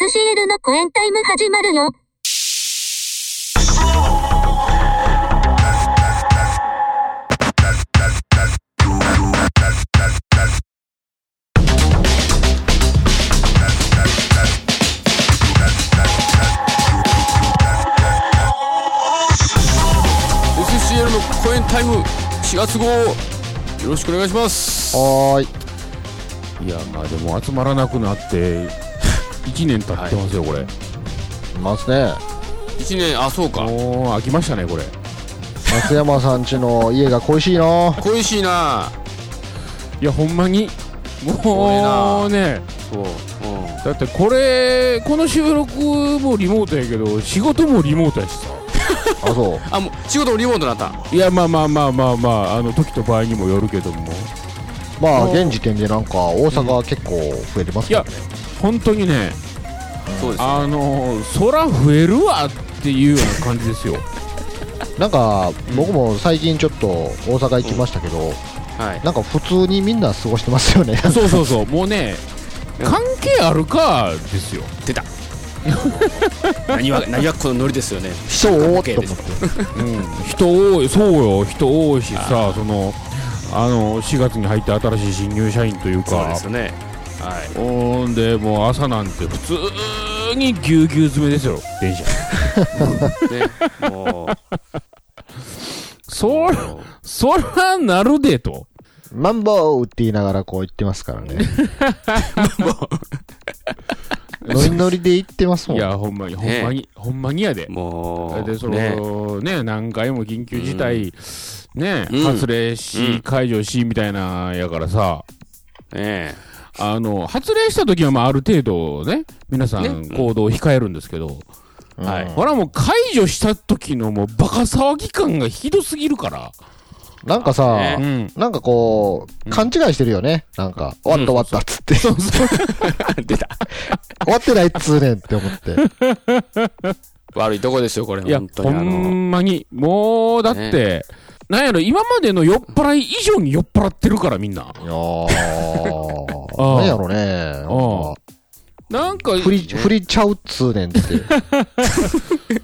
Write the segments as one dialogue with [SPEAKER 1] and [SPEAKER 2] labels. [SPEAKER 1] SCL のコエンタイム始まるよ。
[SPEAKER 2] SCL の公演タイム4月号よろしくお願いします
[SPEAKER 3] はーい。いや、まあでも集まらなくな って、
[SPEAKER 2] 1年経
[SPEAKER 3] やってますよ、これ。ますね。
[SPEAKER 2] 1年あそうか
[SPEAKER 3] もう、飽きましたね、これ。松山さんちの家が恋しいな。
[SPEAKER 2] 恋しいない
[SPEAKER 4] やほんまにもうね
[SPEAKER 2] そう、うん、
[SPEAKER 4] だってこれこの収録もリモートやけど仕事もリモートやしさ
[SPEAKER 3] あ、そう。
[SPEAKER 2] あもう仕事もリモートになった
[SPEAKER 4] いやまあまあまあまあまああの時と場合にもよるけども
[SPEAKER 3] まあ、
[SPEAKER 4] お
[SPEAKER 3] 現時点でなんか、大阪は結構増えてますけどね。
[SPEAKER 4] 本当にね
[SPEAKER 2] そうです
[SPEAKER 4] あの空増えるわっていうような感じですよ
[SPEAKER 3] なんか、僕も最近ちょっと大阪行きましたけど、
[SPEAKER 2] はい
[SPEAKER 3] なんか普通にみんな過ごしてますよね。
[SPEAKER 4] そうそうそうもうね関係あるかですよ
[SPEAKER 2] 出た何は何はこのノリです よね
[SPEAKER 3] 人多っと
[SPEAKER 2] 関係で
[SPEAKER 3] 思
[SPEAKER 2] す
[SPEAKER 3] って。
[SPEAKER 4] 人多いそうよ人多いしさそのあの4月に入って新しい新入社員というか
[SPEAKER 2] そうですよねはい
[SPEAKER 4] ほんでもう朝なんて普通にぎゅうぎゅう詰めですよ電車
[SPEAKER 2] ねもう
[SPEAKER 4] そらそらなるでと
[SPEAKER 3] マンボウって言いながらこう言ってますからね。ノリノリで行ってますも
[SPEAKER 4] い
[SPEAKER 3] ん。
[SPEAKER 4] やほんまにほんまに、ほんまにやで
[SPEAKER 2] もう
[SPEAKER 4] でそ
[SPEAKER 2] ね
[SPEAKER 4] のね何回も緊急事態、ね
[SPEAKER 2] うん
[SPEAKER 4] 発令し、
[SPEAKER 2] うん
[SPEAKER 4] 解除しみたいなやからさ
[SPEAKER 2] ね
[SPEAKER 4] あの発令した時はまあある程度ね皆さん
[SPEAKER 2] ね
[SPEAKER 4] 行動を控えるんですけど、
[SPEAKER 3] うん
[SPEAKER 2] はい
[SPEAKER 4] ほらもう解除した時のもうバカ騒ぎ感がひどすぎるから、
[SPEAKER 3] なんかさ、
[SPEAKER 2] ね
[SPEAKER 4] うん、
[SPEAKER 3] なんかこう、勘違いしてるよね。なんか、終わった終わったっつって。終
[SPEAKER 2] 出た
[SPEAKER 3] わってないっつうねんって思って。
[SPEAKER 2] 悪いとこですよこれ
[SPEAKER 4] いや
[SPEAKER 2] 本、当
[SPEAKER 4] ほ
[SPEAKER 2] にあの
[SPEAKER 4] んまに、もう、だって、なんやろ、今までの酔っ払い以上に酔っ払ってるから、みんな。
[SPEAKER 3] いやー、なんやろね。なんか
[SPEAKER 4] なんか、
[SPEAKER 3] 振り、振りちゃうっつうねんって。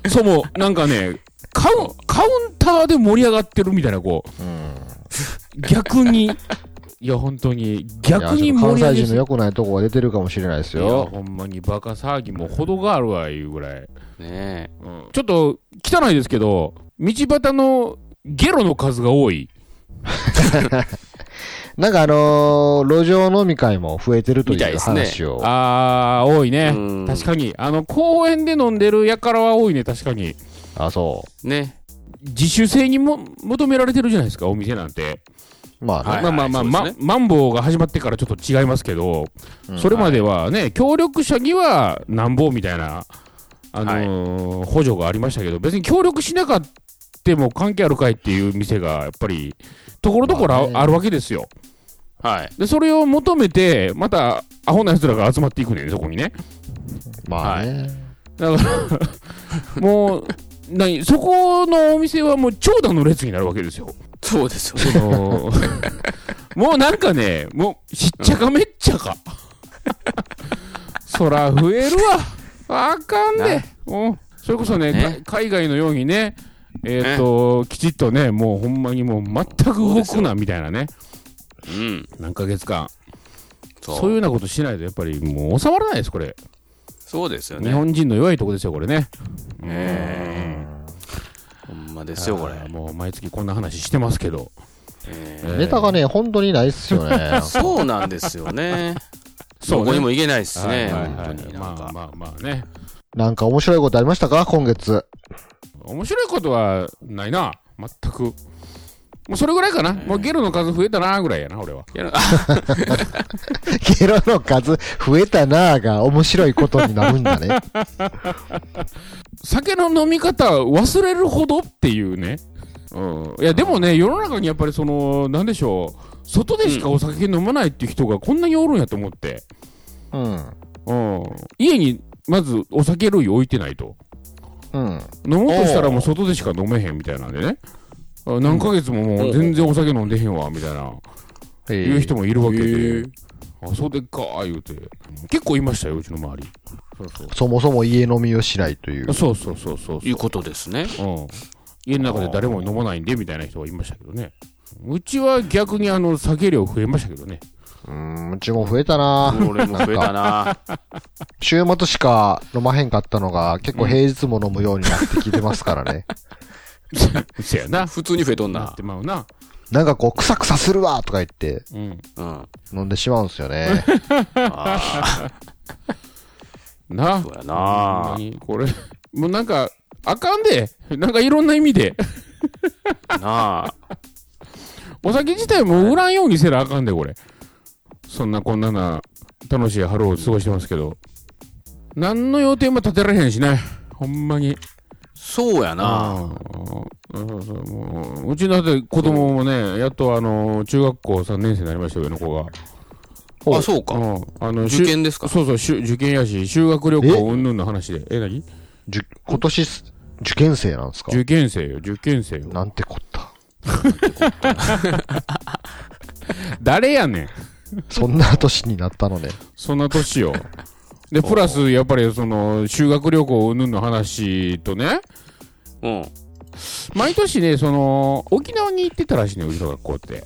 [SPEAKER 4] そも、なんかね、カウン、カウンターで盛り上がってるみたいな、こ
[SPEAKER 3] うん。
[SPEAKER 4] う、逆に、いや、本当に、
[SPEAKER 3] い
[SPEAKER 4] 逆に
[SPEAKER 3] やちょっと
[SPEAKER 4] 盛
[SPEAKER 3] 関
[SPEAKER 4] り上
[SPEAKER 3] 西人
[SPEAKER 4] げて
[SPEAKER 3] の
[SPEAKER 4] る。
[SPEAKER 3] 良くないとこが出てるかもしれないです
[SPEAKER 4] いや、
[SPEAKER 3] よ。
[SPEAKER 4] ほんまにバカ騒ぎも程があるわ、いうぐらい。
[SPEAKER 2] ね
[SPEAKER 4] うんちょっと、汚いですけど、道端のゲロの数が多い。
[SPEAKER 3] なんかあのー、路上飲み会も増えてると
[SPEAKER 2] みたい
[SPEAKER 3] いう
[SPEAKER 2] ですね
[SPEAKER 3] 話を。
[SPEAKER 4] あー、多いね
[SPEAKER 2] うん。
[SPEAKER 4] 確かに。あの、公園で飲んでるやからは多いね、確かに。
[SPEAKER 3] あ、そ
[SPEAKER 2] ね
[SPEAKER 4] 自主性にも求められてるじゃないですか、お店なんて。
[SPEAKER 3] う。まあね。
[SPEAKER 2] はい
[SPEAKER 4] まあまあまあ、ま
[SPEAKER 2] そうです
[SPEAKER 4] マンボウが始まってからちょっと違いますけど、
[SPEAKER 3] うん
[SPEAKER 4] それまではね、協力者にはなんぼみたいな、あのー補助がありましたけど、別に協力しなかっても関係あるかいっていう店が、やっぱり、ところどころ
[SPEAKER 3] まあ
[SPEAKER 4] あ
[SPEAKER 3] ね
[SPEAKER 4] あるわけですよ。
[SPEAKER 2] はい
[SPEAKER 4] で、それを求めて、また、アホな奴らが集まっていくねんそこにね。
[SPEAKER 3] まあね。
[SPEAKER 4] だから、 もう、何そこのお店はもう長蛇の列になるわけですよ。
[SPEAKER 2] そうですよ
[SPEAKER 4] そのもうなんかね、もうしっちゃかめっちゃか。そら増えるわ。あかんで。うんそれこそね、
[SPEAKER 2] ね
[SPEAKER 4] か海外のようにね、えっ、と、きちっとね、もうほんまにもう全く動くなみたいなね、
[SPEAKER 2] うん
[SPEAKER 4] 何ヶ月間、
[SPEAKER 2] そ
[SPEAKER 4] そういうようなことしないと、やっぱりもう収まらないです、これ。
[SPEAKER 2] そうですよ
[SPEAKER 4] 日
[SPEAKER 2] ね
[SPEAKER 4] 本人の弱いとこですよ、これね。
[SPEAKER 2] ねほんまですよこれ
[SPEAKER 4] あーもう毎月こんな話してますけど。
[SPEAKER 2] え
[SPEAKER 4] えー
[SPEAKER 3] ネタがね、本当にないっすよね。
[SPEAKER 2] ーそうなんですよね
[SPEAKER 4] そうね
[SPEAKER 2] どこにも行けないですね、
[SPEAKER 4] はいはいは
[SPEAKER 2] 本
[SPEAKER 4] い
[SPEAKER 2] 当になん
[SPEAKER 4] ま
[SPEAKER 2] か、
[SPEAKER 4] あまあまあね。
[SPEAKER 3] なんか面白いことありましたか今月。
[SPEAKER 4] 面白いことはないな、全く。もうそれぐらいかな。もうゲロの数増えたな、ぐらいやな、俺は。
[SPEAKER 2] いや
[SPEAKER 3] ゲロの数増えたなぁが面白いことになるんだね。
[SPEAKER 4] 酒の飲み方忘れるほどっていうね。うん。いや、でもね、世の中にやっぱりその、なんでしょう、外でしかお酒飲まないっていう人がこんなにおるんやと思って。
[SPEAKER 3] うん。
[SPEAKER 4] うん。家に、まずお酒類置いてないと。
[SPEAKER 3] うん。
[SPEAKER 4] 飲もうとしたらもう外でしか飲めへんみたいなんでね。あ何ヶ月ももう全然お酒飲んでへんわ、みたいな、
[SPEAKER 3] え
[SPEAKER 4] いう人もいるわけで。あ、そうでっかー言うて。結構いましたよ、うちの周り。そうそう。
[SPEAKER 3] そもそも家飲みをしないという。
[SPEAKER 4] そうそうそうそう
[SPEAKER 2] いうことですね。
[SPEAKER 4] うん、家の中で誰も飲まないんでみたいな人がいましたけどねうちは逆にあの酒量増えましたけどね
[SPEAKER 3] うーん、うちも増えたな
[SPEAKER 2] 俺も増えたな。
[SPEAKER 3] 週末しか飲まへんかったのが、結構平日も飲むようになってきてますから ね。
[SPEAKER 4] せやな
[SPEAKER 2] 普通に増えとん
[SPEAKER 4] なっ
[SPEAKER 2] な
[SPEAKER 4] て。まうな
[SPEAKER 3] なんかこう、クサクサするわとか言って、
[SPEAKER 4] うん
[SPEAKER 2] うん。あ
[SPEAKER 3] 飲んでしまうんですよ ね。
[SPEAKER 2] あ
[SPEAKER 4] な
[SPEAKER 2] ー、そうやな
[SPEAKER 4] ほんま。にこれもうなんかあかんでなんかいろんな意味で
[SPEAKER 2] なあ。
[SPEAKER 4] お酒自体も売らんようにせなあかんでこれそんなこんなな楽しい春を過ごしてますけど何の予定も立てられへんしねほんまに
[SPEAKER 2] そうやな。
[SPEAKER 4] ああ、そうそうもううちのだって子供もね、やっとあの中学校3年生になりましたよ、上の子が。
[SPEAKER 2] あ、そうか。
[SPEAKER 4] うんあの
[SPEAKER 2] 受験ですか
[SPEAKER 4] しゅそうそうしゅ、受験やし、修学旅
[SPEAKER 3] え
[SPEAKER 4] 行云々の話で。え、何
[SPEAKER 3] じゅ今年す、受験生なんですか
[SPEAKER 4] 受験生よ、受験生よ。
[SPEAKER 3] なんてこった。
[SPEAKER 4] 誰やねん、
[SPEAKER 3] そんな年になったのね。
[SPEAKER 4] そんな年 よ。で、プラス、やっぱりその修学旅行云々の話とね、
[SPEAKER 2] うん。
[SPEAKER 4] 毎年ね、その沖縄に行ってたらしいね、うちの学校って。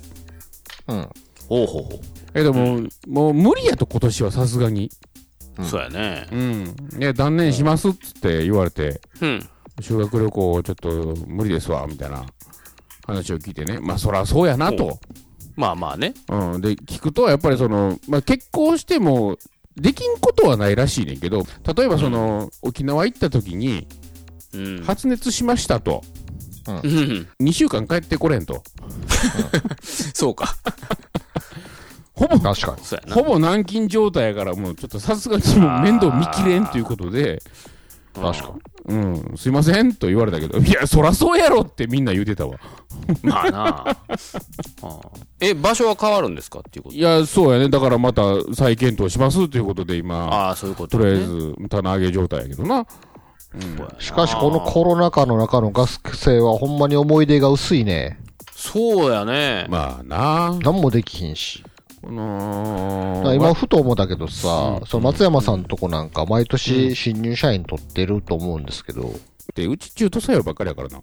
[SPEAKER 3] うん。
[SPEAKER 2] ほうほうほ
[SPEAKER 4] え、でも、もう無理やと、今年はさすがに。
[SPEAKER 2] う。そうやね。
[SPEAKER 4] うん。ね、断念しますっつって言われて。
[SPEAKER 2] うん。
[SPEAKER 4] 修学旅行ちょっと無理ですわみたいな話を聞いてねまあそらそうやなと、
[SPEAKER 2] まあまあね。
[SPEAKER 4] うん、で聞くとやっぱりその、まあ、結婚してもできんことはないらしいねんけど例えばその、沖縄行った時に
[SPEAKER 2] うん。
[SPEAKER 4] 発熱しましたと
[SPEAKER 2] うん
[SPEAKER 4] 2週間帰ってこれんと
[SPEAKER 2] そうか。
[SPEAKER 4] ほぼ
[SPEAKER 3] 確か
[SPEAKER 2] そうやな
[SPEAKER 4] ほぼ軟禁状態やからもうちょっとさすがにもう面倒見きれんということで。
[SPEAKER 3] に。確かに。
[SPEAKER 4] うん、すいませんと言われたけど、いや、そらそうやろってみんな言うてたわ。
[SPEAKER 2] まあなあ。え、場所は変わるんですかっていうこと
[SPEAKER 4] いや、そうやね、だからまた再検討しますということで、今、
[SPEAKER 2] ああ、そういうこと
[SPEAKER 4] と
[SPEAKER 2] ね。
[SPEAKER 4] りあえず棚上げ状態やけどな。
[SPEAKER 2] そうやな
[SPEAKER 3] しかし、このコロナ禍の中の学生はほんまに思い出が薄いね。
[SPEAKER 2] そうやね。
[SPEAKER 4] まあなあ。
[SPEAKER 3] 何もできひんし。
[SPEAKER 4] この
[SPEAKER 3] だから今、ふと思ったけどさ、その松山さんとこなんか、毎
[SPEAKER 4] う
[SPEAKER 3] 年新入社員取ってると思うんですけど、
[SPEAKER 4] てうち中途採用ばっかりやからな。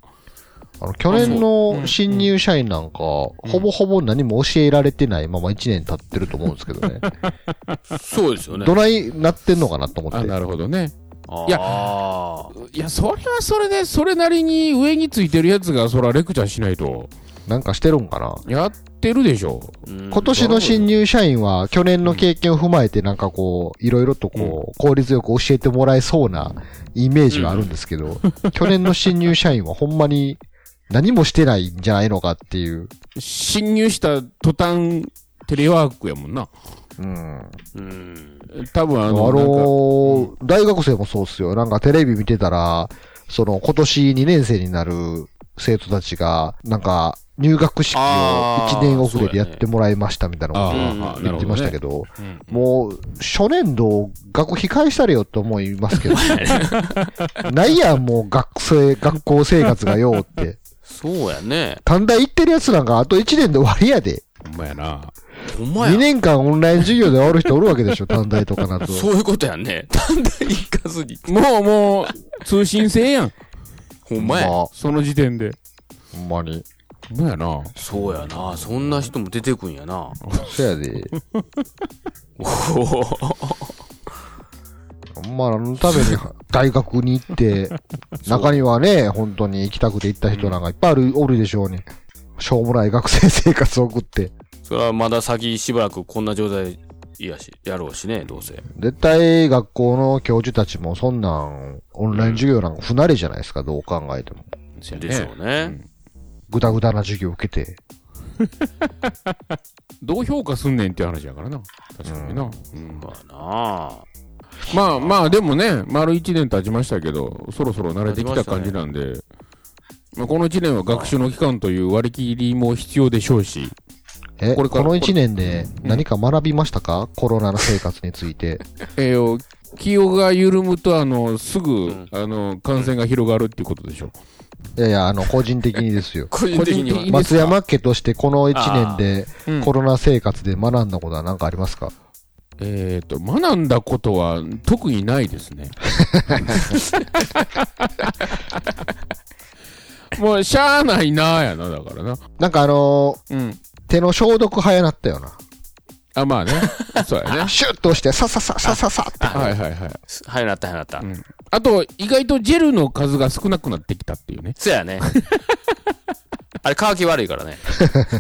[SPEAKER 3] あの、去年の新入社員なんか、ほぼほぼ何も教えられてないまま1年経ってると思うんですけど ね。
[SPEAKER 2] そうですよね
[SPEAKER 3] ど。ないなってんのかなと思っ
[SPEAKER 4] あ
[SPEAKER 3] て。
[SPEAKER 4] なるほどね。いや
[SPEAKER 2] あー
[SPEAKER 4] いや、それはそれで、それなりに上についてるやつが、そらレクチャーしないと、
[SPEAKER 3] なんかしてるんかな
[SPEAKER 4] やってるでしょ。
[SPEAKER 2] うん
[SPEAKER 3] 今年の新入社員は、去年の経験を踏まえて、なんかこう、いろいろとこう、効率よく教えてもらえそうなイメージはあるんですけ ど、去年の新入社員はほんまに何もしてないんじゃないのかっていう。
[SPEAKER 4] 侵入した途端、テレワークやもんな。
[SPEAKER 3] うん。
[SPEAKER 2] うん。
[SPEAKER 4] 多分あ
[SPEAKER 3] あ
[SPEAKER 4] の、
[SPEAKER 3] の
[SPEAKER 4] なんか
[SPEAKER 3] ー大学生もそうっすよ。なんかテレビ見てたら、その、今年2年生になる生徒たちが、なんか、入学式を
[SPEAKER 2] あー
[SPEAKER 3] 1年遅れでやっ
[SPEAKER 2] そうや
[SPEAKER 3] てもらいましたみたいなこと
[SPEAKER 4] あ
[SPEAKER 2] ー
[SPEAKER 4] あ、
[SPEAKER 2] うん
[SPEAKER 3] 言っ
[SPEAKER 4] なるほ
[SPEAKER 3] て
[SPEAKER 4] ど、ね。
[SPEAKER 3] ましたけど、
[SPEAKER 4] うん
[SPEAKER 3] もう、初年度、学費返したれよと思いますけど、 ないやん、もう学生、学校生活がよって。
[SPEAKER 2] そうやね。
[SPEAKER 3] 短大行ってるやつなんか、あと1年で終わりやで。
[SPEAKER 4] ほんまやな。
[SPEAKER 2] ほんま
[SPEAKER 3] 2
[SPEAKER 2] や。
[SPEAKER 3] 年間オンライン授業で終わる人おるわけでしょ、短大とかなんと。
[SPEAKER 2] そういうことやね。 短大行かずに。
[SPEAKER 4] もうもう、通信制やん。
[SPEAKER 2] ほん
[SPEAKER 3] ま
[SPEAKER 2] まや。
[SPEAKER 3] あ
[SPEAKER 4] その時点で。
[SPEAKER 3] ほんまに。
[SPEAKER 4] ほんまやな。
[SPEAKER 2] そうやな。そんな人も出てくんやな。
[SPEAKER 3] そやで。ほんま、あのために 大学に行 って、中にはね、本当に行きたくて行った人なんかいっぱいあるおるでしょうね。しょうもない学生生活を送って。
[SPEAKER 2] それはまだ先しばらくこんな状態やし、やろうしね、どうせ。
[SPEAKER 3] 絶対学校の教授たちもそんなん、オンライン授業なんか不慣れじゃないですか、どう考えても。
[SPEAKER 4] せやね
[SPEAKER 2] でしょうね。
[SPEAKER 3] ぐだぐだな授業を受けて。
[SPEAKER 4] どう評価すんねんっていう話やからな。確かにな。うん
[SPEAKER 2] まあなあ。
[SPEAKER 4] まあまあ、でもね、丸1年経ちましたけど、そろそろ慣れてきた感じなんで、まあ、この1年は学習の期間という割り切りも必要でしょうし、
[SPEAKER 3] え、
[SPEAKER 4] こ
[SPEAKER 3] こ
[SPEAKER 4] れから
[SPEAKER 3] の1年で何か学びましたか、コロナの生活につい て。
[SPEAKER 4] えー、気温が緩むと、あの、すぐ、
[SPEAKER 2] ん。
[SPEAKER 4] あの、感染が広がるっていうことでしょ。
[SPEAKER 3] いやいや、あの、個人的にですよ
[SPEAKER 2] 個人的にはい
[SPEAKER 4] いですか
[SPEAKER 3] 松山家としてこの1年で
[SPEAKER 4] うん
[SPEAKER 3] コロナ生活で学んだことは何かありますか
[SPEAKER 4] えっ、と、学んだことは特にないです ね。もう、しゃあないなーやな、だからな。
[SPEAKER 3] なんかあの
[SPEAKER 4] うん。
[SPEAKER 3] ー手の消毒早なったよな。
[SPEAKER 4] あ、まあね。そうやね。
[SPEAKER 3] シュッと押して、ささささささって。
[SPEAKER 4] はいはいはい。
[SPEAKER 5] はい、なった、はい、なった。
[SPEAKER 4] あと、意外とジェルの数が少なくなってきたっていうね。
[SPEAKER 5] そ やね。あれ、乾き悪いからね。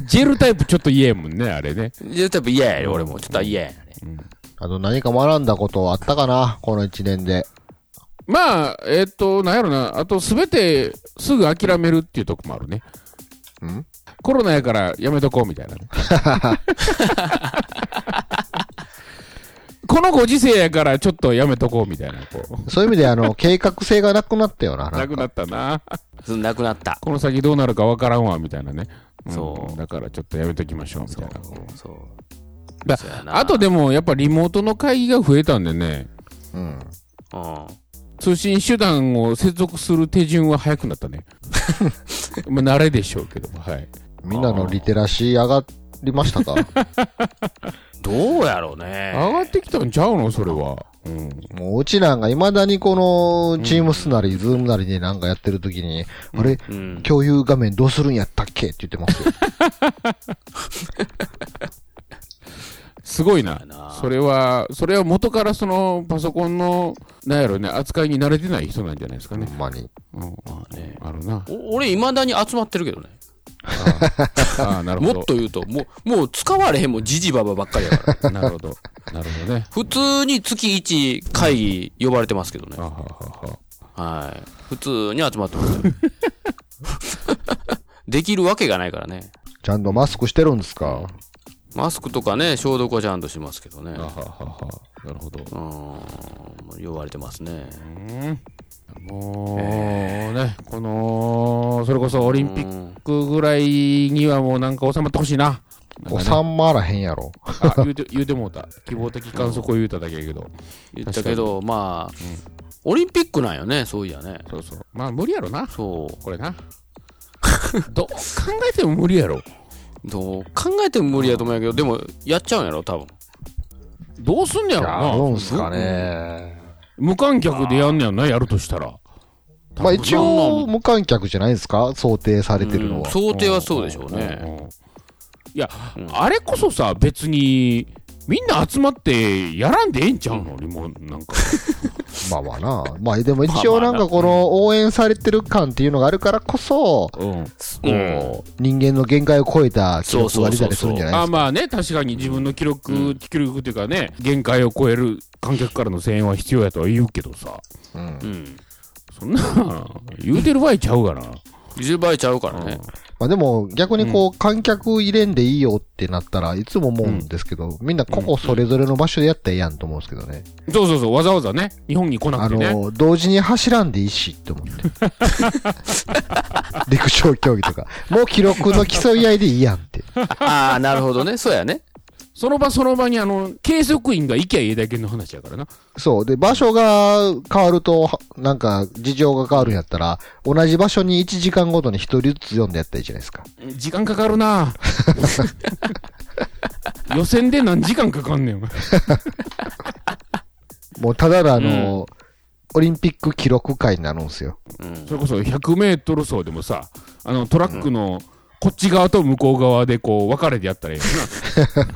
[SPEAKER 4] ジェルタイプちょっと言えんもんね、あれね。
[SPEAKER 5] で、多分嫌やね、俺も。ちょっと嫌やね。
[SPEAKER 3] あの、何か学んだことあったかなこの一年で。
[SPEAKER 4] まあ、えっ、と、なんやろな、あと、すべてすぐ諦めるっていうとこもあるね。
[SPEAKER 3] ん
[SPEAKER 4] コロナやからやめとこうみたいなね。 このご時世やからちょっとやめとこうみたいな、こう。
[SPEAKER 3] そういう意味で、あの、計画性がなくなったよな。な
[SPEAKER 4] なんく
[SPEAKER 3] か
[SPEAKER 4] なったな。
[SPEAKER 5] そうなくなった。
[SPEAKER 4] この先どうなるかわからんわ、みたいなね。ん
[SPEAKER 5] そう
[SPEAKER 4] だからちょっとやめときましょう、みたいな。
[SPEAKER 5] そう。
[SPEAKER 4] だ
[SPEAKER 5] そうやな
[SPEAKER 4] あと、でも、やっぱリモートの会議が増えたんでね、
[SPEAKER 3] うん。
[SPEAKER 5] うん。
[SPEAKER 4] 通信手段を接続する手順は早くなったね。 まあ、慣れでしょうけども、はい。
[SPEAKER 3] みんなのリテラシー上がりました か
[SPEAKER 5] どうやろうね。
[SPEAKER 4] 上がってきたんちゃうのそれは。うん。
[SPEAKER 3] もううちなんか未だにこの、チームスなり、ズームなりでなんかやってる時に、あれ、
[SPEAKER 5] うん。
[SPEAKER 3] 共有画面どうするんやったっけって言ってますよ。
[SPEAKER 4] すごいな
[SPEAKER 5] そうやな。
[SPEAKER 4] それは、それは元からそのパソコンの、なんやろね、扱いに慣れてない人なんじゃないですか
[SPEAKER 3] ほ
[SPEAKER 4] ね。
[SPEAKER 3] んまに。
[SPEAKER 4] うん。
[SPEAKER 5] まあね。。
[SPEAKER 4] あるな
[SPEAKER 5] お俺、未だに集まってるけどね。
[SPEAKER 4] ああ、なるほ
[SPEAKER 5] も
[SPEAKER 4] ど。
[SPEAKER 5] っと言うと、もう、もう使われへんもん、じじばばばっかりや から。
[SPEAKER 4] なるほど。なるほどね。
[SPEAKER 5] 普通に月1会議呼ばれてますけどね
[SPEAKER 4] あ。ははは。
[SPEAKER 5] はい。普通に集まってますよ。 できるわけがないからね。
[SPEAKER 3] ちゃんとマスクしてるんですか
[SPEAKER 5] マスクとかね、消毒はちゃんとしますけどね。
[SPEAKER 4] あははは。なるほど。
[SPEAKER 5] うーん、呼ばれてますね。
[SPEAKER 4] もうね、この、それこそオリンピ
[SPEAKER 5] う
[SPEAKER 4] ッ
[SPEAKER 5] ん
[SPEAKER 4] クぐらいにはもうなんか収まってほしいな。
[SPEAKER 3] 収まらへんやろ。
[SPEAKER 4] あ、言うて、言うてもうた。希望的観測を言うただけやけど。
[SPEAKER 5] 言ったけど、まあ、オリンピックなんよね、そういやね。
[SPEAKER 4] そうそう。まあ無理やろな。
[SPEAKER 5] そう。
[SPEAKER 4] これな。どう考えても無理やろ。
[SPEAKER 5] どう考えても無理やと思うんやけど、でも、やっちゃうんやろ、多分。
[SPEAKER 4] どうすんねやろな。
[SPEAKER 3] どうんすかね。
[SPEAKER 4] 無観客でやんねやんな、やるとしたら。
[SPEAKER 3] まあ一応、無観客じゃないですか想定されてるの
[SPEAKER 5] うん
[SPEAKER 3] は。
[SPEAKER 5] 想定はそうでしょう
[SPEAKER 4] うん
[SPEAKER 5] ね。
[SPEAKER 4] うんうん。いや、
[SPEAKER 5] うん
[SPEAKER 4] あれこそさ、別に、みんな集まってやらんでええんちゃうの、もうなんか。
[SPEAKER 3] まあまあな。まあでも一応なんかこの応援されてる感っていうのがあるからこそ、
[SPEAKER 4] うん。
[SPEAKER 5] うん。
[SPEAKER 3] 人間の限界を超えた記録が出たりするんじゃない
[SPEAKER 4] あ
[SPEAKER 3] ですか。
[SPEAKER 4] まあね、確かに自分の記録、記録っていうかね、限界を超える観客からの声援は必要やとは言うけどさ、
[SPEAKER 3] うん
[SPEAKER 5] うん。
[SPEAKER 4] そんな、言うてる場合ちゃうがな。
[SPEAKER 5] 10倍ちゃうからね。
[SPEAKER 3] まあでも逆にこう観客入れんでいいよってなったらいつも思うんですけど、みんな個々それぞれの場所でやったらええやんと思うんですけどね。
[SPEAKER 4] そうそうそう、わざわざね、日本に来な
[SPEAKER 3] あ
[SPEAKER 4] くてね。
[SPEAKER 3] の、同時に走らんでいいしって思 って。陸上競技とか。もう記録の競い合いでいいやんって。
[SPEAKER 5] ああ、なるほどね。そうやね。
[SPEAKER 4] その場その場にあの、計測員が行きゃいいだけの話やからな。
[SPEAKER 3] そう。で、場所が変わると、はなんか、事情が変わるんやったら、同じ場所に1時間ごとに1人ずつ読んでやったらいいじゃないですか。
[SPEAKER 4] 時間かかるな 予選で何時間かかんねん。
[SPEAKER 3] もう、ただのあの、オリンピック記録会になるんですよ。
[SPEAKER 5] うん。
[SPEAKER 4] それこそ100メートル走でもさ、あの、トラックの、こっち側と向こう側でこう分かれてやったらええよな。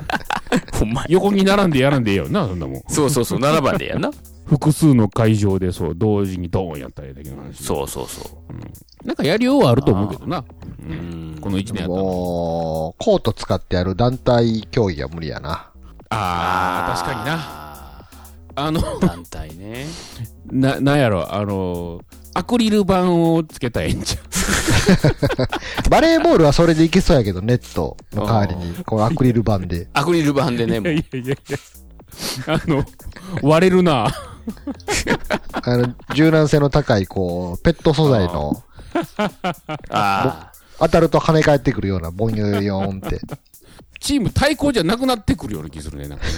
[SPEAKER 5] ほんまや
[SPEAKER 4] 横に並んでやらんでええよな、そんなもん。
[SPEAKER 5] そうそうそう、7番でやんな。
[SPEAKER 4] 複数の会場でそう、同時にドーンやったらええだけの話。
[SPEAKER 5] そうそうそ
[SPEAKER 4] なんかやりようはあると思うけどな。
[SPEAKER 5] う。うん。
[SPEAKER 4] この1年やったら。
[SPEAKER 3] もう、コート使ってやる団体競技は無理やな。
[SPEAKER 4] あー、確かにな。
[SPEAKER 5] な。
[SPEAKER 4] あの、
[SPEAKER 5] 団体ね。
[SPEAKER 4] な、なんやろ、あの、アクリル板をつけたらええんちゃう
[SPEAKER 3] バレーボールはそれでいけそうやけど、ネットの代わりに、このアクリル板で。
[SPEAKER 5] アクリル板でね、もう
[SPEAKER 4] いやいやいや。あの、割れるな。
[SPEAKER 3] あの、柔軟性の高い、こう、ペット素材の、
[SPEAKER 5] あ
[SPEAKER 3] 当たると跳ね返ってくるような、ボンヨヨヨーンって。
[SPEAKER 4] チーム対抗じゃなくなってくるような気するね。なんかね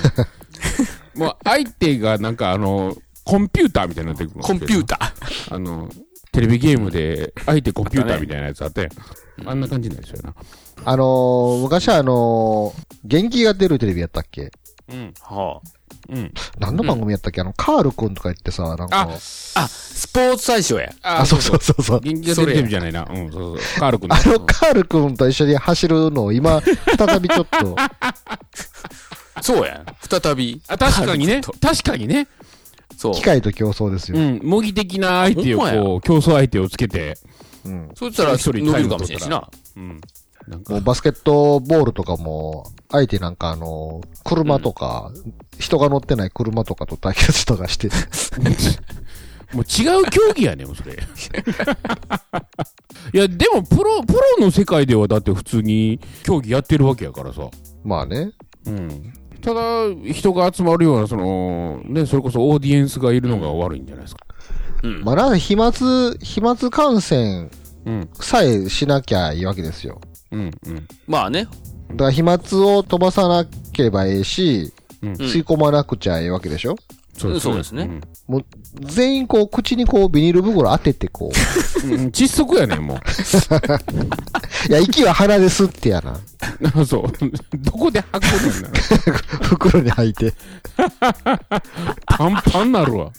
[SPEAKER 4] もう相手がなんかあの、コンピューターみたいになってくる
[SPEAKER 5] あ、コンピュー
[SPEAKER 4] タ
[SPEAKER 5] ター。
[SPEAKER 4] ー。あの、テレビゲームで相手コンピューターみたいなやつあって、あんな感じなんですよな。
[SPEAKER 3] あのー、昔はあのー、元気が出るテレビやったっけ
[SPEAKER 4] うん。
[SPEAKER 5] は
[SPEAKER 4] うん。
[SPEAKER 3] 何の番組やったっけあの、カール君とか言ってさ、なんか
[SPEAKER 4] あ、
[SPEAKER 5] あ。あ、スポーツ大賞や。
[SPEAKER 4] あ
[SPEAKER 3] あ、そうそうそうそう。
[SPEAKER 4] 元気が出るテレビじゃないな。うん、そうそう。カール君の
[SPEAKER 3] あ。の、カール君と一緒に走るのを 今、再びちょっと、
[SPEAKER 5] そうや。
[SPEAKER 2] 再び。
[SPEAKER 4] あ、確かにね。確かにね。
[SPEAKER 5] そう。
[SPEAKER 3] 機械と競争です
[SPEAKER 4] う
[SPEAKER 3] よ。
[SPEAKER 4] ん。模擬的な相手を
[SPEAKER 5] ほんまや
[SPEAKER 4] こう、競争相手をつけて。
[SPEAKER 3] うん。
[SPEAKER 5] そうしたら
[SPEAKER 4] 一
[SPEAKER 5] 伸
[SPEAKER 4] 人
[SPEAKER 5] び
[SPEAKER 4] にタイ
[SPEAKER 5] る
[SPEAKER 4] ム
[SPEAKER 5] か
[SPEAKER 4] 取
[SPEAKER 5] も
[SPEAKER 4] っ
[SPEAKER 5] したれ
[SPEAKER 4] ら
[SPEAKER 5] んしな。
[SPEAKER 4] うん。なん
[SPEAKER 3] もう
[SPEAKER 4] か、
[SPEAKER 3] バスケットボールとかも、相手なんかあの、車とか、人が乗ってない車とかと対決とかして、
[SPEAKER 4] もう違う競技やねん、それ。 いや、でも、プロ、プロの世界ではだって普通に競技やってるわけやからさ。
[SPEAKER 3] まあね。
[SPEAKER 4] うん。ただ、人が集まるような、その、ね、それこそオーディエンスがいるのが悪いんじゃないですか。
[SPEAKER 5] うん。
[SPEAKER 3] まあ、なんせ飛沫、飛沫感染
[SPEAKER 4] うん。
[SPEAKER 3] さえしなきゃいいわけですよ。
[SPEAKER 4] うん。うん。
[SPEAKER 5] まあね。
[SPEAKER 3] だから飛沫を飛ばさなければいいし、
[SPEAKER 4] うん
[SPEAKER 3] 吸い込まなくちゃいいわけでしょ
[SPEAKER 5] そうですね。
[SPEAKER 3] もう、全員こう、口にこう、ビニール袋当ててこう、
[SPEAKER 4] うんうん。 窒息やねん、も
[SPEAKER 3] いや、息は鼻ですってやな。
[SPEAKER 4] う。そう。どこで吐くねんな。
[SPEAKER 3] 袋に入って。
[SPEAKER 4] パンパンなるわ。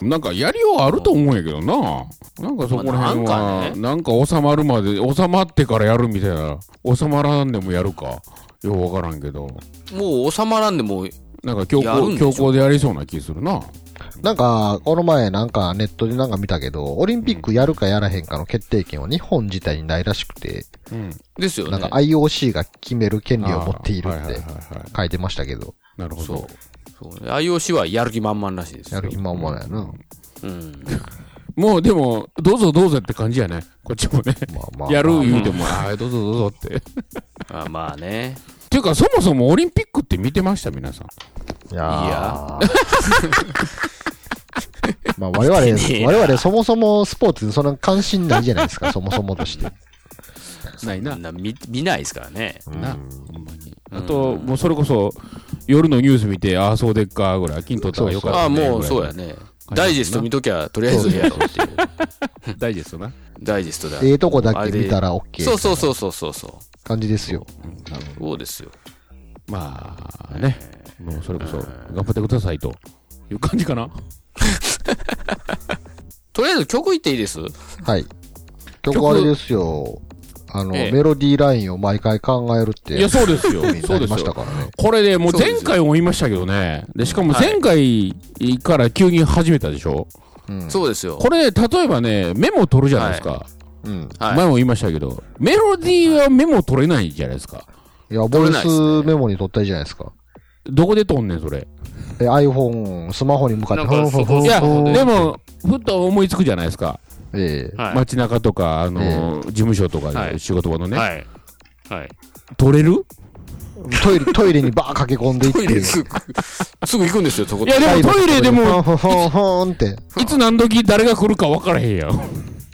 [SPEAKER 4] なんかやりようあると思うんやけどな。なんかそこら辺
[SPEAKER 5] まあなん
[SPEAKER 4] は
[SPEAKER 5] か、ね
[SPEAKER 4] なんか収まるまで、収まってからやるみたいな。収まらんでもやるか。ようわからんけど。
[SPEAKER 5] もう収まらんでもう、
[SPEAKER 4] なんか強
[SPEAKER 5] やるん
[SPEAKER 4] 行、
[SPEAKER 5] でしょ
[SPEAKER 4] 強行でやりそうな気するな。
[SPEAKER 3] なんか、この前なんかネットでなんか見たけど、オリンピックやるかやらへんかの決定権は日本自体にないらしくて、
[SPEAKER 4] うん。
[SPEAKER 5] ですよ
[SPEAKER 3] なんか
[SPEAKER 5] ね。
[SPEAKER 3] IOC が決める権利を持っている
[SPEAKER 4] あー
[SPEAKER 3] っ
[SPEAKER 4] はいはい
[SPEAKER 3] て
[SPEAKER 4] はいはい
[SPEAKER 3] 書いてましたけど、
[SPEAKER 4] なるほ
[SPEAKER 5] そう
[SPEAKER 4] ど。
[SPEAKER 5] そう IOC はやる気満々らしいです
[SPEAKER 3] や
[SPEAKER 5] よ。
[SPEAKER 3] る暇もないな。
[SPEAKER 5] うん。
[SPEAKER 4] もうでも、どうぞどうぞって感じやね。こっちもね。
[SPEAKER 3] まあまあ。
[SPEAKER 4] やる
[SPEAKER 3] ま
[SPEAKER 4] 言うても、ああ、どうぞどうぞって。っ
[SPEAKER 5] あまあね。
[SPEAKER 4] ていうか、そもそもオリンピックって見てました、皆さん。
[SPEAKER 3] あいやー まあ我々、我々そもそもスポーツにそんな関心ないじゃないですか、そもそもとして。
[SPEAKER 4] ない
[SPEAKER 5] みんな見見ないですからね。
[SPEAKER 4] な、ほんまに。あと、もうそれこそ、夜のニュース見て、ああ、そうでっか、ぐらい、金取ったらよかった
[SPEAKER 5] ああ、
[SPEAKER 4] ね
[SPEAKER 5] もうそうや
[SPEAKER 4] ぐ
[SPEAKER 5] ね。ダイジェスト見ときゃ、とりあえずやろう っていう。
[SPEAKER 4] らいの。大事ですよな。
[SPEAKER 5] ダイジェストだ。
[SPEAKER 3] ええとこだけ見たら
[SPEAKER 5] あれ
[SPEAKER 3] OK。
[SPEAKER 5] そうそうそうそうそうそう。
[SPEAKER 3] 感じですよ。
[SPEAKER 5] そうですよ。
[SPEAKER 4] まあね、もうそれこそ、頑張ってくださいという感じかな。
[SPEAKER 5] とりあえず曲いっていいです
[SPEAKER 3] はい。曲あれですよ。あの、
[SPEAKER 5] ええ
[SPEAKER 3] メロディーラインを毎回考えるって。
[SPEAKER 4] いや、そうですよ。
[SPEAKER 3] に
[SPEAKER 4] そ
[SPEAKER 3] な
[SPEAKER 4] うで
[SPEAKER 3] りますした
[SPEAKER 4] よ。
[SPEAKER 3] からね。
[SPEAKER 4] これでもう
[SPEAKER 5] そうです
[SPEAKER 4] 前
[SPEAKER 5] よ
[SPEAKER 4] 回も言いましたけどね。で、しかも
[SPEAKER 5] はい
[SPEAKER 4] 前回から急に始めたでしょ。
[SPEAKER 3] うん
[SPEAKER 5] そうですよ。
[SPEAKER 4] これ、例えばね、メモ取るじゃないですか。
[SPEAKER 3] うん。
[SPEAKER 5] はい
[SPEAKER 4] 前も言いましたけど、メロディーはメモ取れないじゃないですか。
[SPEAKER 3] いや、ボ
[SPEAKER 5] 取
[SPEAKER 3] イ
[SPEAKER 5] れないっすね
[SPEAKER 3] スメモに取ったらいいじゃないですか。
[SPEAKER 4] どこで取んねん、それ。
[SPEAKER 3] え、iPhone、スマホに向かって、
[SPEAKER 5] なんか
[SPEAKER 3] ふんふんふんふん
[SPEAKER 4] いや、
[SPEAKER 3] ふん
[SPEAKER 4] で、も、ふと思いつくじゃないですか。
[SPEAKER 3] ええ
[SPEAKER 5] はい
[SPEAKER 4] 街中とか、あのー、事務所とか
[SPEAKER 5] は
[SPEAKER 4] で
[SPEAKER 5] い
[SPEAKER 4] 仕事場のね、
[SPEAKER 5] はい。はい。
[SPEAKER 4] 取れる
[SPEAKER 3] トイレ、トイレにバー駆け込んでいって
[SPEAKER 5] ト。イレすぐ、すぐ行くんですよ、とこ
[SPEAKER 4] いや、でもトイレでも、
[SPEAKER 3] ふんふんふんふんって、
[SPEAKER 4] いつ何時誰が来るか分からへんやん。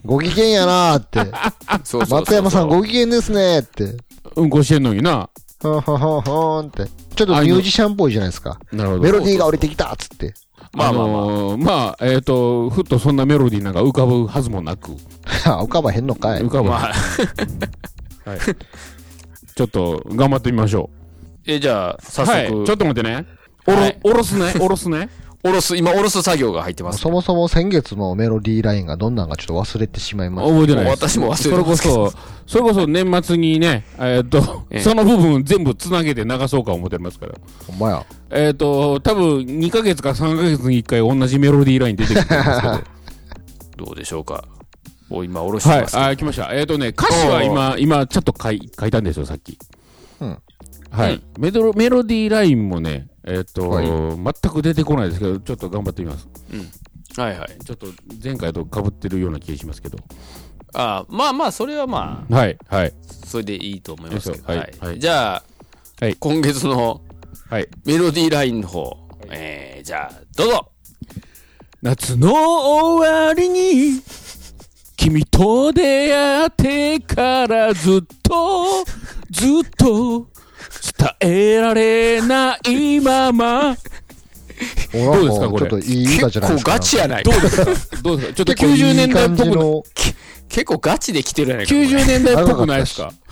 [SPEAKER 3] ご機嫌やなーって、
[SPEAKER 5] そうそうそう
[SPEAKER 3] 松山さんご機嫌ですねーって、
[SPEAKER 4] うんこしてんのにな。
[SPEAKER 3] ふんふんふんふんって、ちょっとミュージシャンっぽいじゃないですか。
[SPEAKER 4] なるほ
[SPEAKER 3] メ
[SPEAKER 4] ど。
[SPEAKER 3] ロディーが降りてきたっつって。
[SPEAKER 5] まあまあまあ。
[SPEAKER 4] のーまあ、えっ、と、ふっとそんなメロディーなんか浮かぶはずもなく、
[SPEAKER 3] あ浮かばへんのかい
[SPEAKER 4] 浮。か ぶ、
[SPEAKER 5] まあ、
[SPEAKER 4] ちょっと頑張ってみましょ
[SPEAKER 5] え、じゃあ、
[SPEAKER 4] う。
[SPEAKER 5] 早
[SPEAKER 4] はい、ちょ
[SPEAKER 5] 速、
[SPEAKER 4] っと待ってね。おろ、
[SPEAKER 5] はい
[SPEAKER 4] おろすね、 おろすね。
[SPEAKER 5] おろす、今、おろす作業が入ってます。
[SPEAKER 3] そもそも先月のメロディーラインがどんなんかちょっと忘れてしまいました。
[SPEAKER 4] 覚えてないです。
[SPEAKER 5] 私も忘れ
[SPEAKER 4] そ
[SPEAKER 5] て
[SPEAKER 4] れ
[SPEAKER 5] ま
[SPEAKER 4] こ
[SPEAKER 5] すけど
[SPEAKER 4] そ、それこそ年末にね、えーっと、
[SPEAKER 5] ええ
[SPEAKER 4] その部分全部つなげて流そうか思ってますから。
[SPEAKER 3] ほんまや。
[SPEAKER 4] えーっと、多分2ヶ月か3ヶ月に1回同じメロディーライン出てくるんですけど。は
[SPEAKER 5] どうでしょうか。お、今、おろしてます。
[SPEAKER 4] い、あ、来ました。えーっとね、歌詞は今、今、ちょっと書い書いたんですよ、さっき。
[SPEAKER 3] うん
[SPEAKER 4] はい。
[SPEAKER 5] うん
[SPEAKER 4] メドロメロディーラインもね、えーっと、
[SPEAKER 3] はい
[SPEAKER 4] 全く出てこないですけど、ちょっと頑張ってみます。
[SPEAKER 5] はいはい。
[SPEAKER 4] ちょっと前回と被ってるような気がしますけど。
[SPEAKER 5] あまあまあ、それはま
[SPEAKER 4] はい、はい、
[SPEAKER 5] あ、それでいいと思いますけど。
[SPEAKER 4] よいし
[SPEAKER 5] は
[SPEAKER 4] ょはいはい
[SPEAKER 5] い。じゃあ
[SPEAKER 4] はい、
[SPEAKER 5] 今月の
[SPEAKER 4] はい。
[SPEAKER 5] メロディーラインの方、えー、じゃあ、どうぞ
[SPEAKER 4] 夏の終わりに君と出会ってからずっとずっと伝えられないまま
[SPEAKER 3] ど
[SPEAKER 4] どうですかこれ
[SPEAKER 3] ちょっといい歌じゃないで
[SPEAKER 5] 結構
[SPEAKER 3] すか。
[SPEAKER 5] ガチやない
[SPEAKER 4] どうですかどうですかちょっと
[SPEAKER 3] 結構
[SPEAKER 4] 90
[SPEAKER 3] い
[SPEAKER 4] 年
[SPEAKER 3] い
[SPEAKER 4] 代っ
[SPEAKER 3] 感じ
[SPEAKER 4] ぽく
[SPEAKER 3] の。
[SPEAKER 5] 結構ガチで来てるやないか。これ
[SPEAKER 4] 90年代っぽくないですか
[SPEAKER 6] 「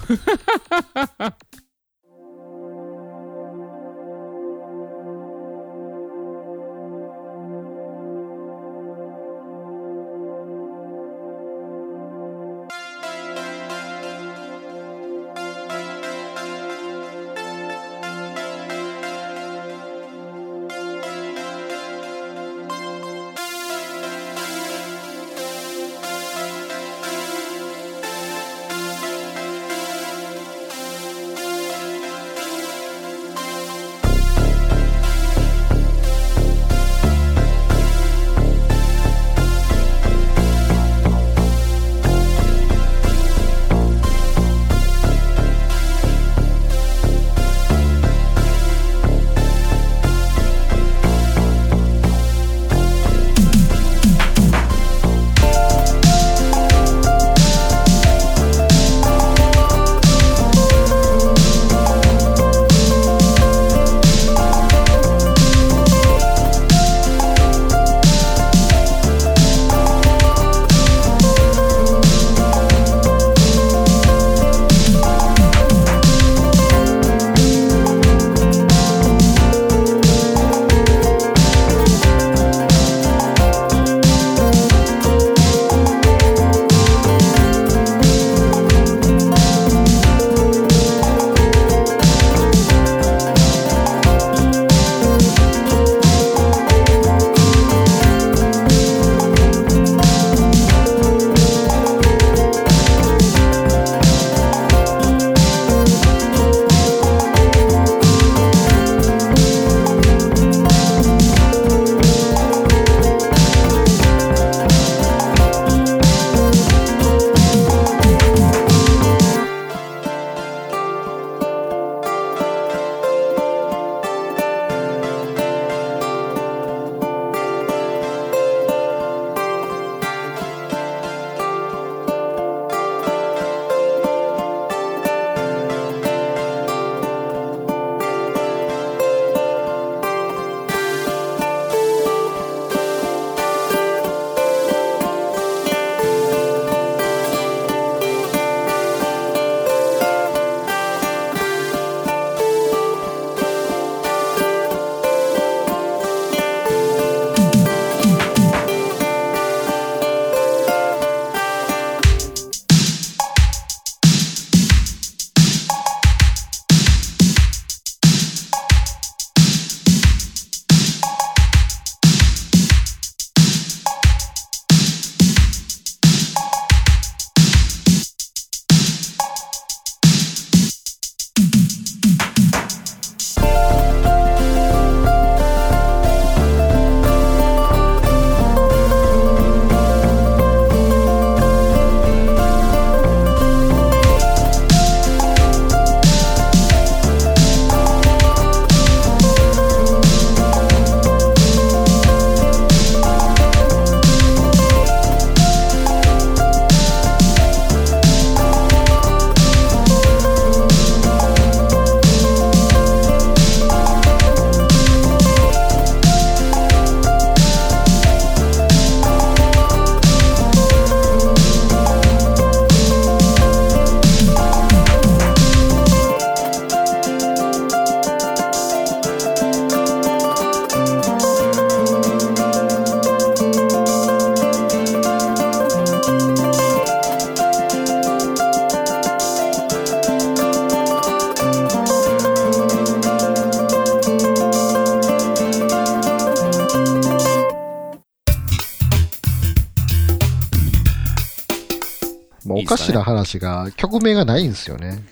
[SPEAKER 3] まあ、おかしな話が、曲名がないんですよね。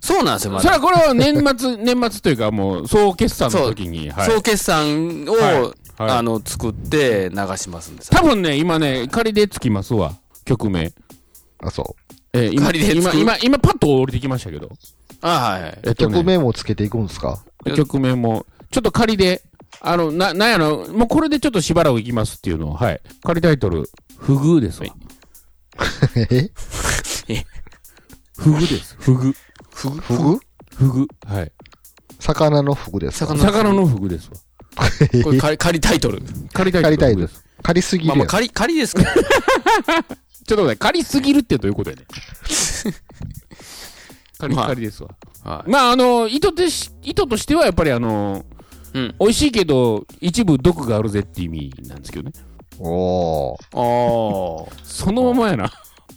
[SPEAKER 5] そうなんですよ、ま
[SPEAKER 4] さ
[SPEAKER 5] だ
[SPEAKER 4] あ、。これは年末、 年末というか、もう、総決算の時に、はい。
[SPEAKER 5] 総決算を、
[SPEAKER 4] はいはい
[SPEAKER 5] あの、作って流しますんです。
[SPEAKER 4] 多分ね、今ね、仮でつきますわ、曲名。
[SPEAKER 3] あ、そう。
[SPEAKER 4] えー今、
[SPEAKER 5] 仮でつ
[SPEAKER 4] 今、
[SPEAKER 5] く
[SPEAKER 4] 今、今、パッと降りてきましたけど。
[SPEAKER 5] あはいはい。
[SPEAKER 4] えっとね
[SPEAKER 3] 曲名もつけていくんですか
[SPEAKER 4] 曲名も、ちょっと仮で、あの、な、なんやろ、もうこれでちょっとしばらくいきますっていうのを、はい。仮タイトル、不遇ですわ。
[SPEAKER 3] え
[SPEAKER 4] 不遇です。不遇。
[SPEAKER 3] ふぐふぐ
[SPEAKER 4] 不遇。はい。
[SPEAKER 3] 魚のふぐですか
[SPEAKER 5] 魚
[SPEAKER 4] 魚の不遇ですわ。
[SPEAKER 5] これ仮仮タイトル。
[SPEAKER 4] 仮タイト
[SPEAKER 3] 借
[SPEAKER 4] ル。
[SPEAKER 3] りたい
[SPEAKER 4] 不遇
[SPEAKER 3] で
[SPEAKER 4] です。
[SPEAKER 3] す。借りすぎ
[SPEAKER 5] まあ
[SPEAKER 3] る
[SPEAKER 5] まあ
[SPEAKER 3] やん。
[SPEAKER 5] 仮、仮です から。
[SPEAKER 4] ちょっとね、仮すぎるってどういうこと やねん。仮、
[SPEAKER 5] まあ
[SPEAKER 4] 仮ですわ。
[SPEAKER 5] はい
[SPEAKER 4] まあ、あの、意図でし、意図としてはやっぱりあの、
[SPEAKER 5] うん
[SPEAKER 4] 美味しいけど、一部毒があるぜって意味なんですけどね。
[SPEAKER 3] おー。
[SPEAKER 5] ああ。
[SPEAKER 4] そのままやな。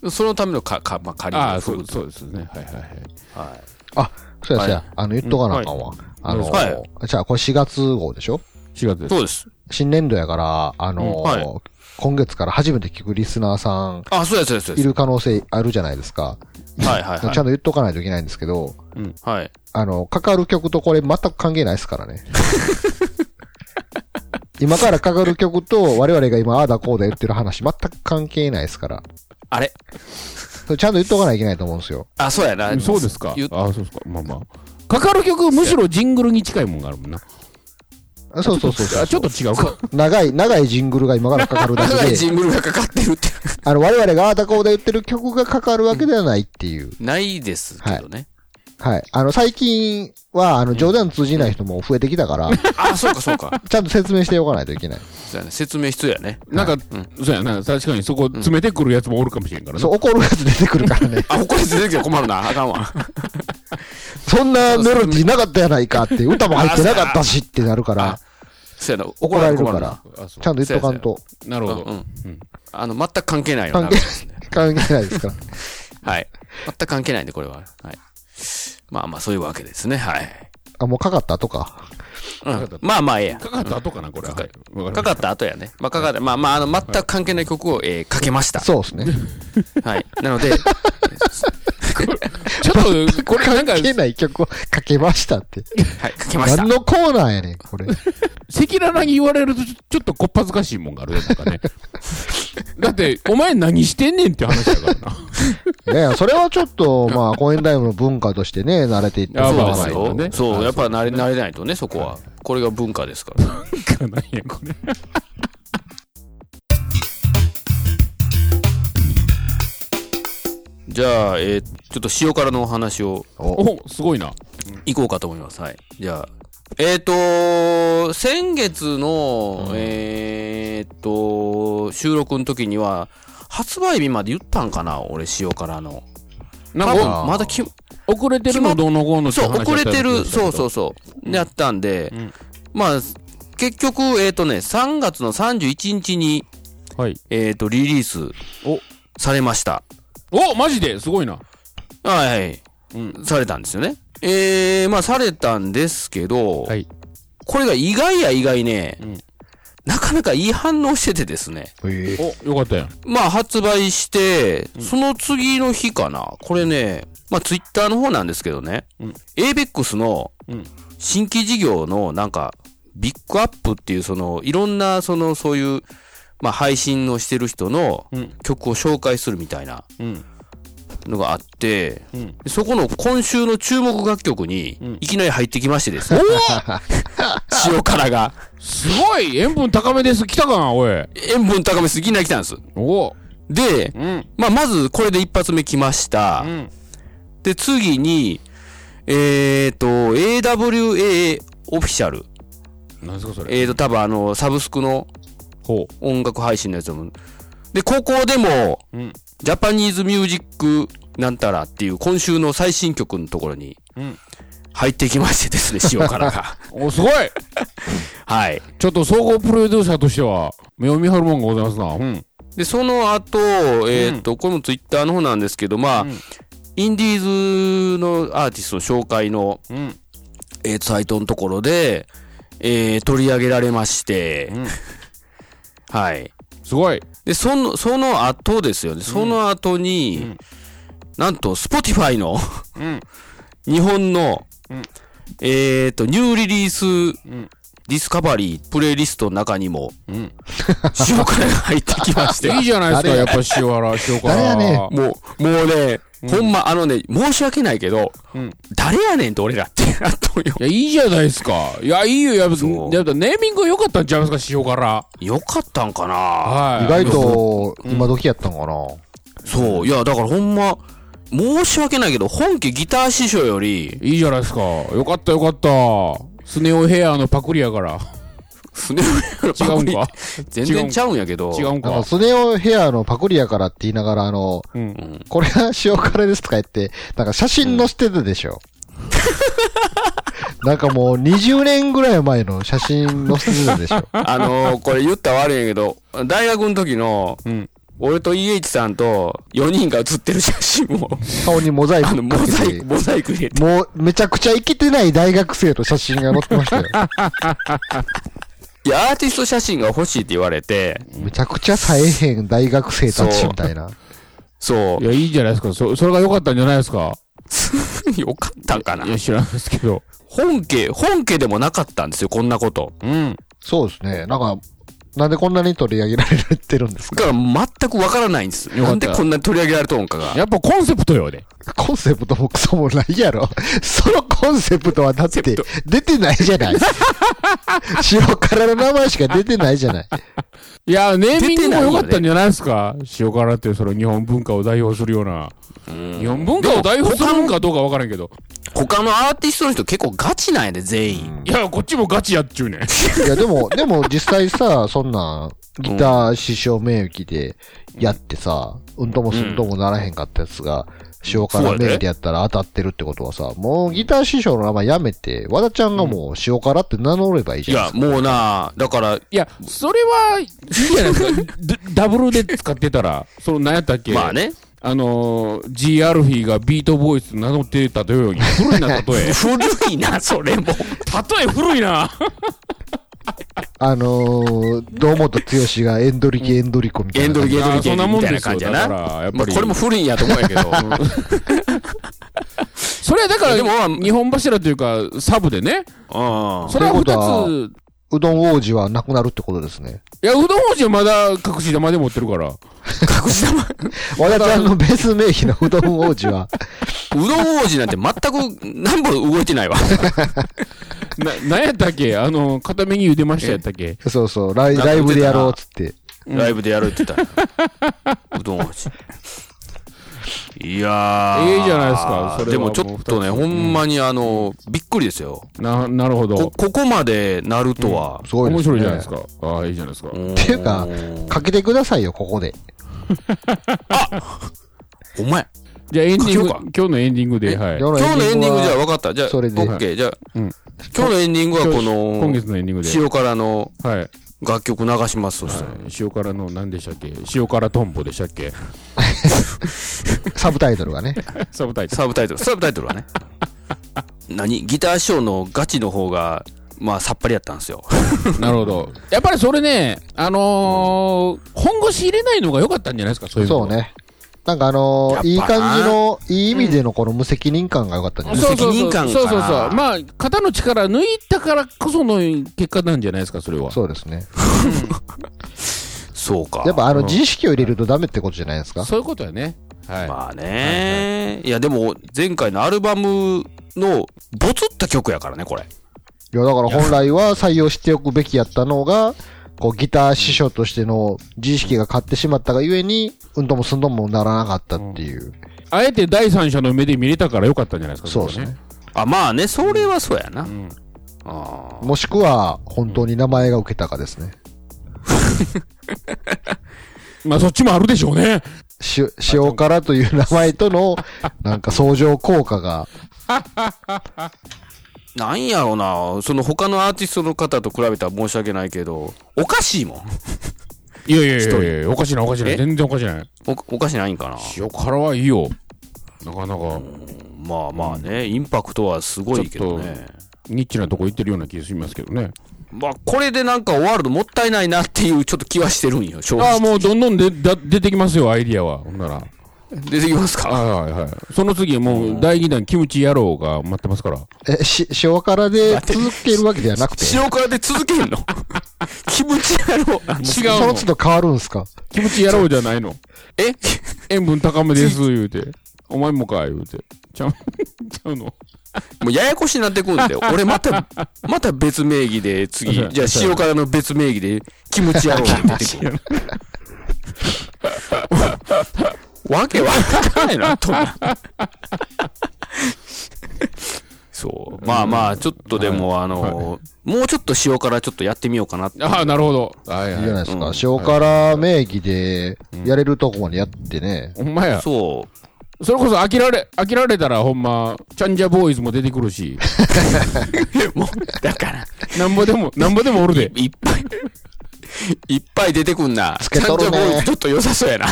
[SPEAKER 5] そのためのか、か、まあ仮
[SPEAKER 4] ああ、
[SPEAKER 5] のフ
[SPEAKER 4] そ
[SPEAKER 5] グ
[SPEAKER 4] う、そうですね。はいはいはい。
[SPEAKER 5] は
[SPEAKER 3] そうやそう
[SPEAKER 5] は
[SPEAKER 3] や。あの、言っとかなあかんわ。あの
[SPEAKER 5] は
[SPEAKER 3] ー、じゃあこれ4月号でしょ
[SPEAKER 4] 4月で
[SPEAKER 5] い。
[SPEAKER 4] す。
[SPEAKER 5] そうです。
[SPEAKER 3] 新年度やから、あ
[SPEAKER 5] う
[SPEAKER 3] の
[SPEAKER 5] ん
[SPEAKER 3] ー
[SPEAKER 5] は、
[SPEAKER 3] 今月から初めて聞くリスナーさん、
[SPEAKER 5] あ、そうです、そうですそう
[SPEAKER 3] い
[SPEAKER 5] で
[SPEAKER 3] る可能性あるじゃないですか。
[SPEAKER 5] す。はいはい
[SPEAKER 3] ちゃん
[SPEAKER 5] は
[SPEAKER 3] と言っとかないといけないんですけど、
[SPEAKER 5] い。はい。
[SPEAKER 3] あの、かかる曲とこれ全く関係ないですから ね。今からかかる曲と我々が今ああだこうだ言ってる話全く関係ないですから。
[SPEAKER 5] あれ
[SPEAKER 3] それちゃんと言っとかないといけないと思うんですよ。
[SPEAKER 5] あ、そうやな。
[SPEAKER 4] そ うですか。
[SPEAKER 5] 言う
[SPEAKER 4] ああ、そうですか。まあまあ。かかる曲、むしろジングルに近いもんがあるもんな。
[SPEAKER 3] あそうそうそうそう
[SPEAKER 4] あちょっと違うか。
[SPEAKER 3] 長い、長いジングルが今からかかるだ
[SPEAKER 5] 長
[SPEAKER 3] け
[SPEAKER 5] い
[SPEAKER 3] で、
[SPEAKER 5] ジングルがかかってるって。
[SPEAKER 3] あの、我々がああだこうだ言ってる曲がかかるわけではないっていう。
[SPEAKER 5] ないですけどね。
[SPEAKER 3] はい。あの、最近は、あの、冗談通じない人も増えてきた から、
[SPEAKER 5] あ、そうかそうか。
[SPEAKER 3] ちゃんと説明しておかないといけない。
[SPEAKER 5] そうやね説明必要やね。
[SPEAKER 4] なんか、そうやな。確かにそこ詰めてくるやつもおるかもしれんからな
[SPEAKER 3] そう、怒るやつ出てくるからね。
[SPEAKER 5] あ、ここに出てきて困るな。あかんわ。
[SPEAKER 3] そんなメロディーなかったやないかって、歌も入ってなかったしってなるから
[SPEAKER 5] あ、そうやな。
[SPEAKER 3] 怒
[SPEAKER 5] 怒
[SPEAKER 3] ら
[SPEAKER 5] ら
[SPEAKER 3] れ
[SPEAKER 5] れ
[SPEAKER 3] る
[SPEAKER 5] る
[SPEAKER 3] か
[SPEAKER 5] からら。、
[SPEAKER 4] あそ
[SPEAKER 3] ちゃんと言っとかんと、
[SPEAKER 4] うなる
[SPEAKER 5] う
[SPEAKER 4] ほ
[SPEAKER 5] んう
[SPEAKER 4] ど。
[SPEAKER 5] ん。あの、全く関係ないよ
[SPEAKER 3] 関
[SPEAKER 5] な。
[SPEAKER 3] 係関係ないですから。
[SPEAKER 5] はい。全く関係ないんで、これは。はい。まあまあ、そういうわけですね。はい。
[SPEAKER 3] あ、もうかかった とか。
[SPEAKER 5] うんまあまあ、ええやん。
[SPEAKER 4] かかった後かな、これは。はいわか
[SPEAKER 5] か
[SPEAKER 4] りま
[SPEAKER 5] かった後やね。まあ、かかった。まあまあ、あの、全く関係ない曲を、えーかけました。
[SPEAKER 3] そうです ね。
[SPEAKER 5] はい。なので、
[SPEAKER 4] したちょっと、これなんか
[SPEAKER 3] 関、係ない曲をかけましたって。
[SPEAKER 5] はい、かけました
[SPEAKER 3] 何。のコーナーやねん、これ。
[SPEAKER 4] 赤裸々に言われるとちょ、ちょっとこっぱずかしいもんがあるよ、なんかね。だって、お前何してんねんって話だからな。
[SPEAKER 3] いやいや、それはちょっと、まあ、コインタイムの文化としてね、慣れていってもら
[SPEAKER 4] あ
[SPEAKER 3] わ
[SPEAKER 5] そう
[SPEAKER 3] な
[SPEAKER 5] で
[SPEAKER 3] い
[SPEAKER 5] す
[SPEAKER 3] と
[SPEAKER 5] よ。そ
[SPEAKER 4] ね
[SPEAKER 5] う、
[SPEAKER 4] あ
[SPEAKER 5] やっぱ慣れ慣れないとね、そこは。これが文化ですから。
[SPEAKER 4] なんや、これ。
[SPEAKER 5] じゃあ、えーちょっと塩辛のお話を
[SPEAKER 4] お、すごいな。
[SPEAKER 5] いこうかと思います。はい。じゃあ、えっ、と先月の、えっ、と収録の時には、発売日まで言ったんかな俺、塩辛の。
[SPEAKER 4] なん
[SPEAKER 5] 多
[SPEAKER 4] か、
[SPEAKER 5] 分まだき、
[SPEAKER 4] 遅れてるのどうのこうのって
[SPEAKER 5] そう、
[SPEAKER 4] 話。
[SPEAKER 5] 遅れてる、そうそううそう。やったんで、まあ、結局、えっ、とね、3月の31日に、
[SPEAKER 4] はい。
[SPEAKER 5] えっ、と、リリース
[SPEAKER 4] お
[SPEAKER 5] されました。
[SPEAKER 4] お、マジですごいな。
[SPEAKER 5] はいはい。されたんですよね。えー、まあ、されたんですけど、
[SPEAKER 4] い。
[SPEAKER 5] これが意外や意外ね、なかなかいい反応しててですね。
[SPEAKER 3] ええ
[SPEAKER 4] お、よかったやん。
[SPEAKER 5] まあ、発売して、その次の日かな。これね、まあ、ツイッターの方なんですけどね、ABEX の
[SPEAKER 4] うん
[SPEAKER 5] 新規事業のなんか、ビッグアップっていう、その、いろんな、その、そういう、まあ、配信をしてる人の
[SPEAKER 4] うん
[SPEAKER 5] 曲を紹介するみたいな
[SPEAKER 4] うん。
[SPEAKER 5] のがあって、
[SPEAKER 4] うん
[SPEAKER 5] でそこの今週の注目楽曲に、いきなり入ってきまして ですね。塩辛が。
[SPEAKER 4] すごい塩分高めです。来たかな、おい。
[SPEAKER 5] 塩分高めすぎなり来たんです。
[SPEAKER 4] お
[SPEAKER 5] で、
[SPEAKER 4] うん。
[SPEAKER 5] まあ、まずこれで一発目来ました。
[SPEAKER 4] ん
[SPEAKER 5] で、次に、えっ、と、AWA オフィシャル。
[SPEAKER 4] 何ですか、それ。
[SPEAKER 5] えっ、と、多分あの、サブスクの
[SPEAKER 4] ほ
[SPEAKER 5] 音楽配信のやつだもんで、ここでも、
[SPEAKER 4] う。うん。
[SPEAKER 5] ジャパニーズミュージックなんたらっていう今週の最新曲のところに
[SPEAKER 4] うん
[SPEAKER 5] 入ってきましてです ね、塩辛が。
[SPEAKER 4] お、すごい
[SPEAKER 5] はい。
[SPEAKER 4] ちょっと総合プロデューサーとしては、目を見張るもんがございますな。うん。
[SPEAKER 5] で、その後、えっ、と、これもツイッターの方なんですけど、まあ、
[SPEAKER 4] ん
[SPEAKER 5] インディーズのアーティストの紹介の、
[SPEAKER 4] うん。
[SPEAKER 5] えー、サイトのところで、えー取り上げられまして、
[SPEAKER 4] ん
[SPEAKER 5] はい。
[SPEAKER 4] すごい。
[SPEAKER 5] で、その、その後ですよね。その後に、なんと、Spotify の、
[SPEAKER 4] うん
[SPEAKER 5] 日本の、
[SPEAKER 4] うん
[SPEAKER 5] えっ、と、ニューリリース、
[SPEAKER 4] ん
[SPEAKER 5] ディスカバリー、プレイリストの中にも、
[SPEAKER 4] うん
[SPEAKER 5] 塩辛が入ってきまし て
[SPEAKER 4] いい、じゃないですか、やっぱ塩原、塩辛。
[SPEAKER 3] 誰やねん
[SPEAKER 5] もう、もうね、ほんま、あのね、申し訳ないけど、
[SPEAKER 4] うん
[SPEAKER 5] 誰やねんと俺らってなっとるよ。
[SPEAKER 4] いや、いいじゃないですか。いや、いいよ、やっぱ、
[SPEAKER 5] そう
[SPEAKER 4] やっぱネーミング良かったんちゃいますか、塩辛。
[SPEAKER 5] よかったんかな
[SPEAKER 4] はい。
[SPEAKER 3] 意外と、今時やったんかな。
[SPEAKER 5] そう。いや、だからほんま、申し訳ないけど、本家ギター師匠より、
[SPEAKER 4] いいじゃないですか。よかったよかった。スネオヘアのパクリやから。
[SPEAKER 5] スネ夫や
[SPEAKER 4] 違
[SPEAKER 5] ろ
[SPEAKER 4] うんか
[SPEAKER 5] 全然ちゃうんやけど、
[SPEAKER 4] 違うん
[SPEAKER 3] あの、
[SPEAKER 4] か
[SPEAKER 3] スネオヘアのパクリやからって言いながら、あの、
[SPEAKER 4] うん。
[SPEAKER 3] これは塩辛ですとか言って、なんか写真載せてたでし ょ。なんかもう20年ぐらい前の写真載せてたでしょ。
[SPEAKER 5] あのーこれ言ったら悪いんやけど、大学の時の、
[SPEAKER 4] うん
[SPEAKER 5] 俺と EH さんと4人が写ってる写真を、
[SPEAKER 3] 顔にモザイ
[SPEAKER 5] あ
[SPEAKER 3] ク
[SPEAKER 5] の、モ
[SPEAKER 3] かけ
[SPEAKER 5] ザイ
[SPEAKER 3] て
[SPEAKER 5] ク、。モザイク入れて、
[SPEAKER 3] もうめちゃくちゃイケてない大学生と写真が載ってましたよ。
[SPEAKER 5] いや、アーティスト写真が欲しいって言われて、
[SPEAKER 3] めちゃくちゃ冴えへん大学生たちみたいな。
[SPEAKER 5] そ
[SPEAKER 4] いや、いいじゃないですか。そ、それが良かったんじゃないですか。 。
[SPEAKER 5] う、よかったんかない
[SPEAKER 4] や、知らないですけど。
[SPEAKER 5] 本家、本家でもなかったんですよ、こんなこと。
[SPEAKER 4] うん。
[SPEAKER 3] そうですね。なんか、なんでこんなに取り上げられてるんです
[SPEAKER 5] だから全くわからないんです。
[SPEAKER 4] よか
[SPEAKER 5] な
[SPEAKER 4] っ
[SPEAKER 5] ん
[SPEAKER 4] た
[SPEAKER 5] でこんなに取り上げられとんかが。
[SPEAKER 4] やっぱコンセプトよね。
[SPEAKER 3] かコンセプトもクソもないやろ。そのコンセプトはだって出てないじゃ ない。塩辛の名前しか出てないじゃない。
[SPEAKER 4] いや、ネー
[SPEAKER 5] 出
[SPEAKER 4] ミング
[SPEAKER 5] てない
[SPEAKER 4] も
[SPEAKER 5] よ
[SPEAKER 4] 良
[SPEAKER 5] ね
[SPEAKER 4] かったんじゃないですか。塩辛って、その日本文化を代表するような。日本文化を代表するのかどうか分からんけど。
[SPEAKER 5] 他のアーティストの人結構ガチなんやで、全員。
[SPEAKER 4] いや、こっちもガチやっちゅうねん。
[SPEAKER 3] いや、でも、でも実際さ、そんなん、ギター師匠名義でやってさ、うんともすんともならへんかったやつが、塩辛名義でやったら当たってるってことはさ、もうギター師匠の名前やめて、和田ちゃんがもう塩辛って名乗ればいい
[SPEAKER 5] い
[SPEAKER 3] じゃん。
[SPEAKER 5] や、もうな、だから、
[SPEAKER 4] いや、それは、いいじゃないです か。ダダブルで使ってたら、その、何やったっけ
[SPEAKER 5] まあ。ね、
[SPEAKER 4] あのー、G アルフィーがビートボーイズと名乗ってたとように、古いな、 例え。
[SPEAKER 5] 古いな、それも。
[SPEAKER 4] 例え古いな。
[SPEAKER 3] あのー、堂本剛がエンドリキエンドリコみたい
[SPEAKER 5] エ
[SPEAKER 3] な
[SPEAKER 5] ンド
[SPEAKER 3] 感
[SPEAKER 5] ル
[SPEAKER 3] じ。
[SPEAKER 5] ゲート
[SPEAKER 4] あ
[SPEAKER 5] ルゲ
[SPEAKER 4] そん
[SPEAKER 5] ー
[SPEAKER 4] なも
[SPEAKER 5] み
[SPEAKER 4] んで
[SPEAKER 5] た
[SPEAKER 4] す
[SPEAKER 5] いな感
[SPEAKER 4] よ
[SPEAKER 5] じやな。
[SPEAKER 4] だからやっぱり
[SPEAKER 5] まあこれも古いんやと思うんやけど。
[SPEAKER 4] それはだから、
[SPEAKER 5] でもまあ
[SPEAKER 4] 日本柱というか、サブで
[SPEAKER 5] うん。
[SPEAKER 4] ね。それは二
[SPEAKER 3] ということは
[SPEAKER 4] つ、
[SPEAKER 3] うどん王子はなくなるってことですね。
[SPEAKER 4] いや、うどん王子はまだ隠し玉で持ってるから。
[SPEAKER 5] 隠し玉。
[SPEAKER 3] 和田ちゃんのベース名義のうどん王子は、
[SPEAKER 5] うどん王子なんて全く何ぼ動いてないわ。
[SPEAKER 4] な、なんやったっけあの、片目に茹でましたやったっけ
[SPEAKER 3] そうそう、ライライブでやろうっつって。
[SPEAKER 5] ライブでやるって言ったら。うどん王子。いやー。
[SPEAKER 4] いいじゃないですかそれは
[SPEAKER 5] でもちょっとね、
[SPEAKER 4] も
[SPEAKER 5] ほんまにあの、びっくりですよ。
[SPEAKER 4] な、なるほ
[SPEAKER 5] こ、こ
[SPEAKER 4] ど。
[SPEAKER 5] こまでなるとは。
[SPEAKER 3] すごいで
[SPEAKER 4] 面
[SPEAKER 3] すね。
[SPEAKER 4] 白いじゃないですか。ああ、いいじゃないですか。
[SPEAKER 5] ん
[SPEAKER 3] っていうか、かけてくださいよ、ここで。
[SPEAKER 5] ほんまや。
[SPEAKER 4] じゃあエンディング、
[SPEAKER 5] かけよ
[SPEAKER 4] 今日のエンディングで、はい。
[SPEAKER 3] 今
[SPEAKER 5] 今日のエンディングじゃあ
[SPEAKER 3] は
[SPEAKER 5] 分かった。じゃあ、
[SPEAKER 3] それで
[SPEAKER 5] OK。じゃあ、
[SPEAKER 4] うん
[SPEAKER 5] 今日のエンディングはこの、
[SPEAKER 4] 今月のエンディングで。
[SPEAKER 5] 塩辛の
[SPEAKER 4] はい。はい
[SPEAKER 5] 楽曲流します。そしたら。
[SPEAKER 4] 塩辛の何でしたっけ塩辛トンボでしたっ け
[SPEAKER 3] サブタイトルがね。
[SPEAKER 4] サブタイトル。
[SPEAKER 5] サブタイトル、サブタイトルはね。何ギターショーのガチの方が、まあ、さっぱりやったんですよ。
[SPEAKER 4] なるほど。やっぱりそれね、あのー、本腰入れないのが良かったんじゃないですか、そういうの
[SPEAKER 3] そう。ね。なんかあの
[SPEAKER 5] やっぱ
[SPEAKER 3] ー、いい感じの、いい意味でのこの無責任感が良かったんじゃない
[SPEAKER 4] そうそう
[SPEAKER 5] 無責任
[SPEAKER 4] そう
[SPEAKER 5] 感かな
[SPEAKER 4] そうそうそう。まあ、肩の力抜いたからこその結果なんじゃないですか、それは。
[SPEAKER 3] そうですね。
[SPEAKER 5] そうか。
[SPEAKER 3] やっぱあの、
[SPEAKER 4] うん
[SPEAKER 3] 自意識を入れるとダメってことじゃないですか。
[SPEAKER 4] そういうことやね。はい。
[SPEAKER 5] まあね、いや、でも、前回のアルバムの、ボツった曲やからね、これ。
[SPEAKER 3] いや、だから本来は採用しておくべきやったのが、こう、ギター師匠としての自意識が勝ってしまったがゆえに、うんともすんともならなかったっていう。
[SPEAKER 4] あえて第三者の目で見れたから良かったんじゃないですか、
[SPEAKER 3] そうですね。。
[SPEAKER 5] あ、まあね、それはそうやな。
[SPEAKER 4] ん
[SPEAKER 5] あ
[SPEAKER 3] もしくは、本当に名前が受けたかですね。
[SPEAKER 4] まあ、そっちもあるでしょうね。
[SPEAKER 3] し、塩辛という名前との、なんか相乗効果が、
[SPEAKER 5] ーなんやろうな、その他のアーティストの方と比べたら申し訳ないけど、おかしいもん。
[SPEAKER 4] いやいやいやいや、おかしいな、おかしいな。
[SPEAKER 5] え
[SPEAKER 4] 全然おかしいない。
[SPEAKER 5] おおかしないんかな。
[SPEAKER 4] 塩辛はいいよ。なかなか、
[SPEAKER 5] まあまあね、インパクトはすごいけどね。
[SPEAKER 4] ニッチなとこ行ってるような気がしますけどね。
[SPEAKER 5] まあ、これでなんか終わるのもったいないなっていうちょっと気はしてるんよ、正直
[SPEAKER 4] ああ、もうどんどんでだ出てきますよ、アイディアは。ほんなら。
[SPEAKER 5] 出てきますか
[SPEAKER 4] はいはいはい。その次、もう、第2弾、キムチ野郎が待ってますから。
[SPEAKER 3] え、し、塩辛で続けるわけではなくて、
[SPEAKER 5] 塩辛で続けんの 気持ちやろ
[SPEAKER 4] 違
[SPEAKER 3] そうの
[SPEAKER 4] の。
[SPEAKER 3] 都度変わるんすか
[SPEAKER 4] キムチ野郎じゃないの。
[SPEAKER 5] え
[SPEAKER 4] 塩分高めです、言うて。お前もか、言うて。ちゃう、 ちゃうの。
[SPEAKER 5] もうややこしになってくんで、俺また、また別名義で、次、じ
[SPEAKER 4] そ
[SPEAKER 5] ゃ
[SPEAKER 4] う
[SPEAKER 5] あ
[SPEAKER 4] そう
[SPEAKER 5] 塩辛の別名義で、気持ちやろうって出てくる。わけわかんないな、と思う。そう。まあまあ、ちょっとでも、あの、もうちょっと塩辛ちょっとやってみようかなって。
[SPEAKER 4] ああ、なるほど。はい
[SPEAKER 3] いいじゃ
[SPEAKER 4] は
[SPEAKER 3] ないですか。塩辛名義でやれるとこまでやってね。
[SPEAKER 4] い。ほんまや。
[SPEAKER 5] そ
[SPEAKER 4] それこそ飽きられ、飽きられたらほんま、チャンジャボーイズも出てくるし、
[SPEAKER 5] う。 もう、だから、
[SPEAKER 4] なんぼでも、なんぼでもおるで。
[SPEAKER 5] いっぱいいっぱい出てくんな。
[SPEAKER 3] つけとる
[SPEAKER 5] チ
[SPEAKER 3] ね
[SPEAKER 5] ャンジャボーイズちょっと良さそうやな。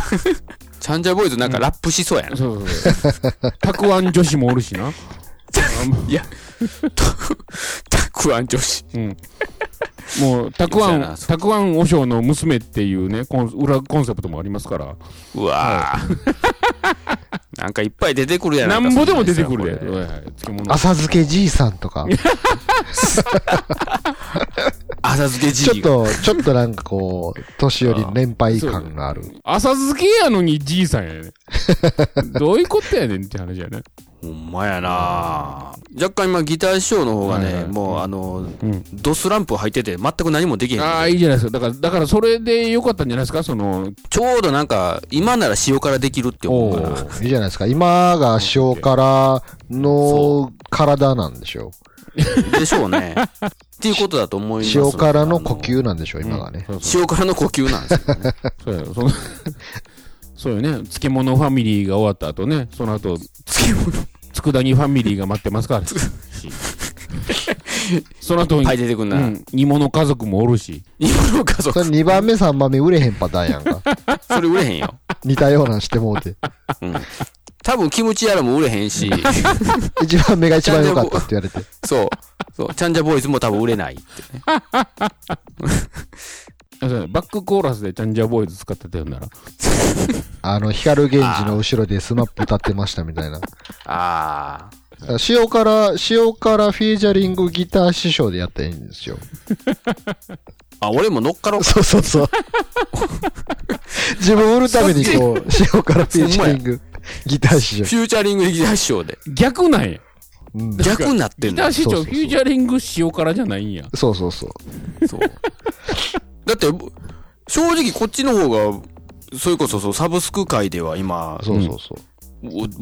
[SPEAKER 5] チャンジャボーイズなんかラップしそうやな。
[SPEAKER 4] そうそうそう。たくあん女子もおるしな。
[SPEAKER 5] いや、たくあん女子。
[SPEAKER 4] うん。もう、たく
[SPEAKER 5] そ
[SPEAKER 4] あ、
[SPEAKER 5] うやなん
[SPEAKER 4] たくあん和尚の娘っていうね、コン裏コンセプトもありますから。
[SPEAKER 5] うわあ。なんかいっぱい出てくるや
[SPEAKER 4] な
[SPEAKER 5] ないか
[SPEAKER 4] んぼでも出てくる
[SPEAKER 5] そ
[SPEAKER 4] で。
[SPEAKER 5] ん
[SPEAKER 4] は
[SPEAKER 5] ないやつ
[SPEAKER 4] はい漬物。
[SPEAKER 3] 浅漬けじいさんとか。
[SPEAKER 5] 浅漬け
[SPEAKER 3] ちょ
[SPEAKER 5] 時期。
[SPEAKER 3] っと、ちょっとなんかこう、年寄りの年配感がある。
[SPEAKER 4] 浅漬けやのにじいさん やね。どういうことやねんって話やね。
[SPEAKER 5] ほんまやな若干今ギター師匠の方が
[SPEAKER 4] はいは
[SPEAKER 5] ね、
[SPEAKER 4] い
[SPEAKER 5] もうあの
[SPEAKER 4] うん、
[SPEAKER 5] ドスランプ入ってて全く何もできへん。
[SPEAKER 4] ああ、いいじゃないですか。だから、だからそれでよかったんじゃないですか、その、
[SPEAKER 5] ちょうどなんか、今なら塩辛できるって思うから。
[SPEAKER 3] いいじゃないですか。今が塩辛の体なんでしょ。
[SPEAKER 5] でしょうね。っていうことだと思いうます。
[SPEAKER 3] 塩辛の呼。吸なんでしょう、今がね。
[SPEAKER 4] そうそう
[SPEAKER 5] 塩辛の呼吸なんですよね。
[SPEAKER 4] そうや、その、 そうよね、漬物ファミリーが終わった後ね、その後、
[SPEAKER 5] 漬物
[SPEAKER 4] 佃煮ファミリーが待っ てますから。その後
[SPEAKER 5] いっ
[SPEAKER 4] に
[SPEAKER 5] ぱい、出てくん
[SPEAKER 4] う
[SPEAKER 5] な。
[SPEAKER 4] ん、煮物家族もおるし。
[SPEAKER 5] 今の家
[SPEAKER 3] そ
[SPEAKER 5] 族、
[SPEAKER 3] れ2番目、3番目売れへんパターンやん か。
[SPEAKER 5] それ売れへんよ。
[SPEAKER 3] 似たようなんしてもうて。
[SPEAKER 5] うん。多分キムチやらも売れへんし、
[SPEAKER 3] 1番目が一番良かったって言われて。
[SPEAKER 5] そう。そう。チャンジャボーイズも多分売れないってね。
[SPEAKER 4] あそうやバックコーラスでチャンジャーボーイズ使ってたよなら。
[SPEAKER 3] あの、光源氏の後ろでスマップ歌ってましたみたいな。
[SPEAKER 5] ああ。
[SPEAKER 3] 塩辛、塩辛フィージャリングギター師匠でやったらいいんですよ。
[SPEAKER 5] あ、俺も乗っかろうか。
[SPEAKER 3] そうそうそう。 自分を売るためにこう、塩辛フィージャリングギター師匠。
[SPEAKER 5] フューチャリングギター師匠で。
[SPEAKER 4] 逆な
[SPEAKER 3] う
[SPEAKER 4] んや。
[SPEAKER 3] ん
[SPEAKER 5] 逆になってん
[SPEAKER 4] ギター
[SPEAKER 5] の。
[SPEAKER 4] 市
[SPEAKER 3] そうそう
[SPEAKER 4] 長、フ
[SPEAKER 3] そう
[SPEAKER 4] ューチャリング塩辛じゃないんや。
[SPEAKER 3] そうそうそう。
[SPEAKER 5] そう。だって、正直こっちの方が、それこそそう、サブスク界では今、
[SPEAKER 3] そうそうそう。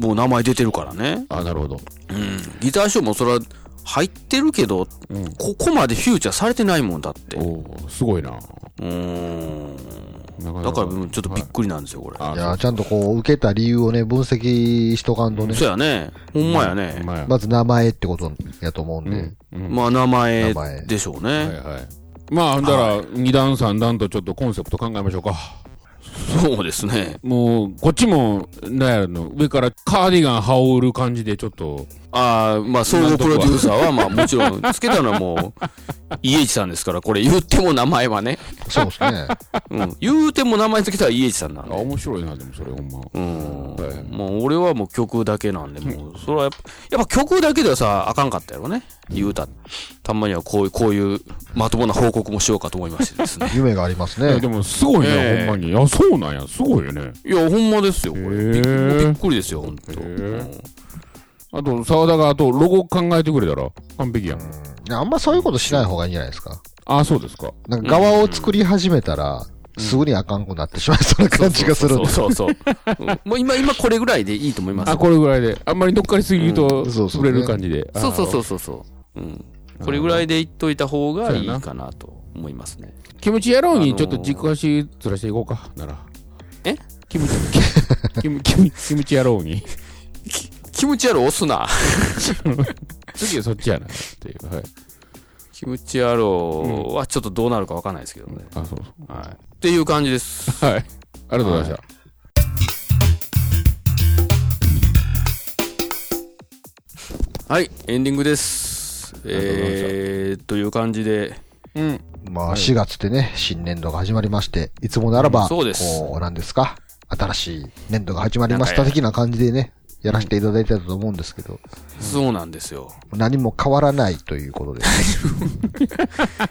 [SPEAKER 5] おもう名前出てるからね。
[SPEAKER 4] あ、なるほど。
[SPEAKER 5] うん。ギター師匠もそれは入ってるけど、
[SPEAKER 4] うん
[SPEAKER 5] ここまでフューチャーされてないもんだって。う
[SPEAKER 4] おーすごいな。な
[SPEAKER 5] ーん。
[SPEAKER 4] か
[SPEAKER 5] だから、うんちょっとびっくりなんですよ、これ。
[SPEAKER 4] あ
[SPEAKER 3] いやー、ちゃんとこう、受けた理由をね、分析しとかんとね、
[SPEAKER 5] そうやね。ほんまやね。
[SPEAKER 4] まあ
[SPEAKER 3] まず名前ってことやと思うんで、
[SPEAKER 4] うん
[SPEAKER 5] まあ、名
[SPEAKER 3] 名
[SPEAKER 5] 前
[SPEAKER 3] 前
[SPEAKER 5] でしょう
[SPEAKER 4] はい
[SPEAKER 5] ね。
[SPEAKER 4] はい。まあ、だから、2段3段とちょっとコンセプト考えましょうか。
[SPEAKER 5] そうですね。
[SPEAKER 4] もう、こっちも、なんやろの、上からカーディガン羽織る感じでちょっと、
[SPEAKER 5] ああ、まあ、総合プロデューサーは、まあ、もち ろん、つけたのはもう、家一さんですから、これ言っても名前はね。
[SPEAKER 3] そうです ね。
[SPEAKER 5] うん。言うても名前つけたら家一さんなん
[SPEAKER 4] あ、
[SPEAKER 5] で。
[SPEAKER 4] 面白いな、でもそれほんま。
[SPEAKER 5] うん
[SPEAKER 4] はい。
[SPEAKER 5] もう、俺はもう曲だけなんで、もう、それはやっぱ、やっぱ曲だけではさ、あかんかったやろね。言うた。たまにはこういう、こういう、まともな報告もしようかと思いまして ですね。
[SPEAKER 3] 夢があります
[SPEAKER 4] いや
[SPEAKER 3] ね
[SPEAKER 4] で。も、すごいな、
[SPEAKER 5] ええ
[SPEAKER 4] ほんまに。あ、そうなんや、すごいよね。
[SPEAKER 5] いや、ほんまですよ、これ。びっ
[SPEAKER 4] へー
[SPEAKER 5] びっくりですよ、ほんと。
[SPEAKER 4] へ
[SPEAKER 5] う
[SPEAKER 4] ー
[SPEAKER 5] ん
[SPEAKER 4] あと、沢田が、あと、ロゴ考えてくれたら、完璧やん。
[SPEAKER 3] うんあんまそういうことしない方がいいんじゃないですか。
[SPEAKER 4] あ、そうですか。
[SPEAKER 3] なんか側を作り始めたら、すぐにあかんくなってしまいそうな感じがするん
[SPEAKER 5] そう
[SPEAKER 3] で。
[SPEAKER 5] そうそう。うんもう今、今これぐらいでいいと思います
[SPEAKER 4] あ、。これぐらいで。あんまり乗っかりすぎると、
[SPEAKER 3] うんそうそう
[SPEAKER 4] 潰れる感じで。。
[SPEAKER 5] そうそうそううそうそう。うん。これぐらいで言っといた方がいいかなと思いますね。
[SPEAKER 4] キムチ野郎にちょっと軸足ずらしていこうか、なら。
[SPEAKER 5] え
[SPEAKER 4] キムチ、 キム、キム、キムチ野郎に。
[SPEAKER 5] キムチ野郎押す な。
[SPEAKER 4] 次はそっちやな、っていう。はい。
[SPEAKER 5] キムチ野郎はちょっとどうなるかわかんないですけどね。
[SPEAKER 4] あ、そう
[SPEAKER 5] はい。っていう感じです。
[SPEAKER 4] そう。はい。ありがとうございました。
[SPEAKER 5] はい、エンディングです。えー、という感じで、
[SPEAKER 4] うん。
[SPEAKER 3] まあ4月でね、新年度が始まりまして、いつもならば、
[SPEAKER 5] そうです
[SPEAKER 3] こう、なんですか新しい年度が始まりました的な感じでね、やらせていただいてたと思うんですけど、
[SPEAKER 5] そうなんですよ。
[SPEAKER 3] 何も変わらないとい うことで。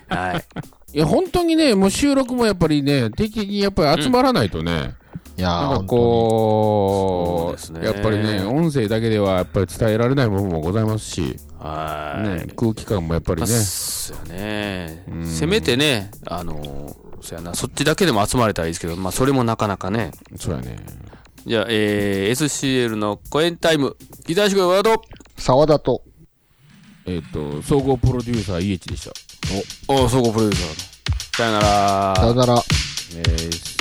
[SPEAKER 5] はい。
[SPEAKER 4] いや、本当にね、もう収録もやっぱりね、定期的にやっぱり集まらないとね、
[SPEAKER 3] いやー
[SPEAKER 4] なんか
[SPEAKER 3] 本
[SPEAKER 4] こう、
[SPEAKER 5] そうですね
[SPEAKER 4] やっぱりね、音声だけではやっぱり伝えられない部分もございますし、
[SPEAKER 5] は
[SPEAKER 4] ね
[SPEAKER 5] い。、
[SPEAKER 4] 空気感もやっぱり
[SPEAKER 5] まあ
[SPEAKER 4] ね、
[SPEAKER 5] そうやね。せめてね、あの、そうやな、そっちだけでも集まれたらいいですけど、まあ、それもなかなかね。
[SPEAKER 4] そうやね。
[SPEAKER 5] じゃあ、えー、SCL の公演タイム、ギター宿ワード
[SPEAKER 3] 当に沢田と、
[SPEAKER 4] えっ、と、総合プロデューサー、イエチでした。
[SPEAKER 5] 어,お、お総合プロデューサーの。さよなら。
[SPEAKER 3] さよなら。
[SPEAKER 4] えー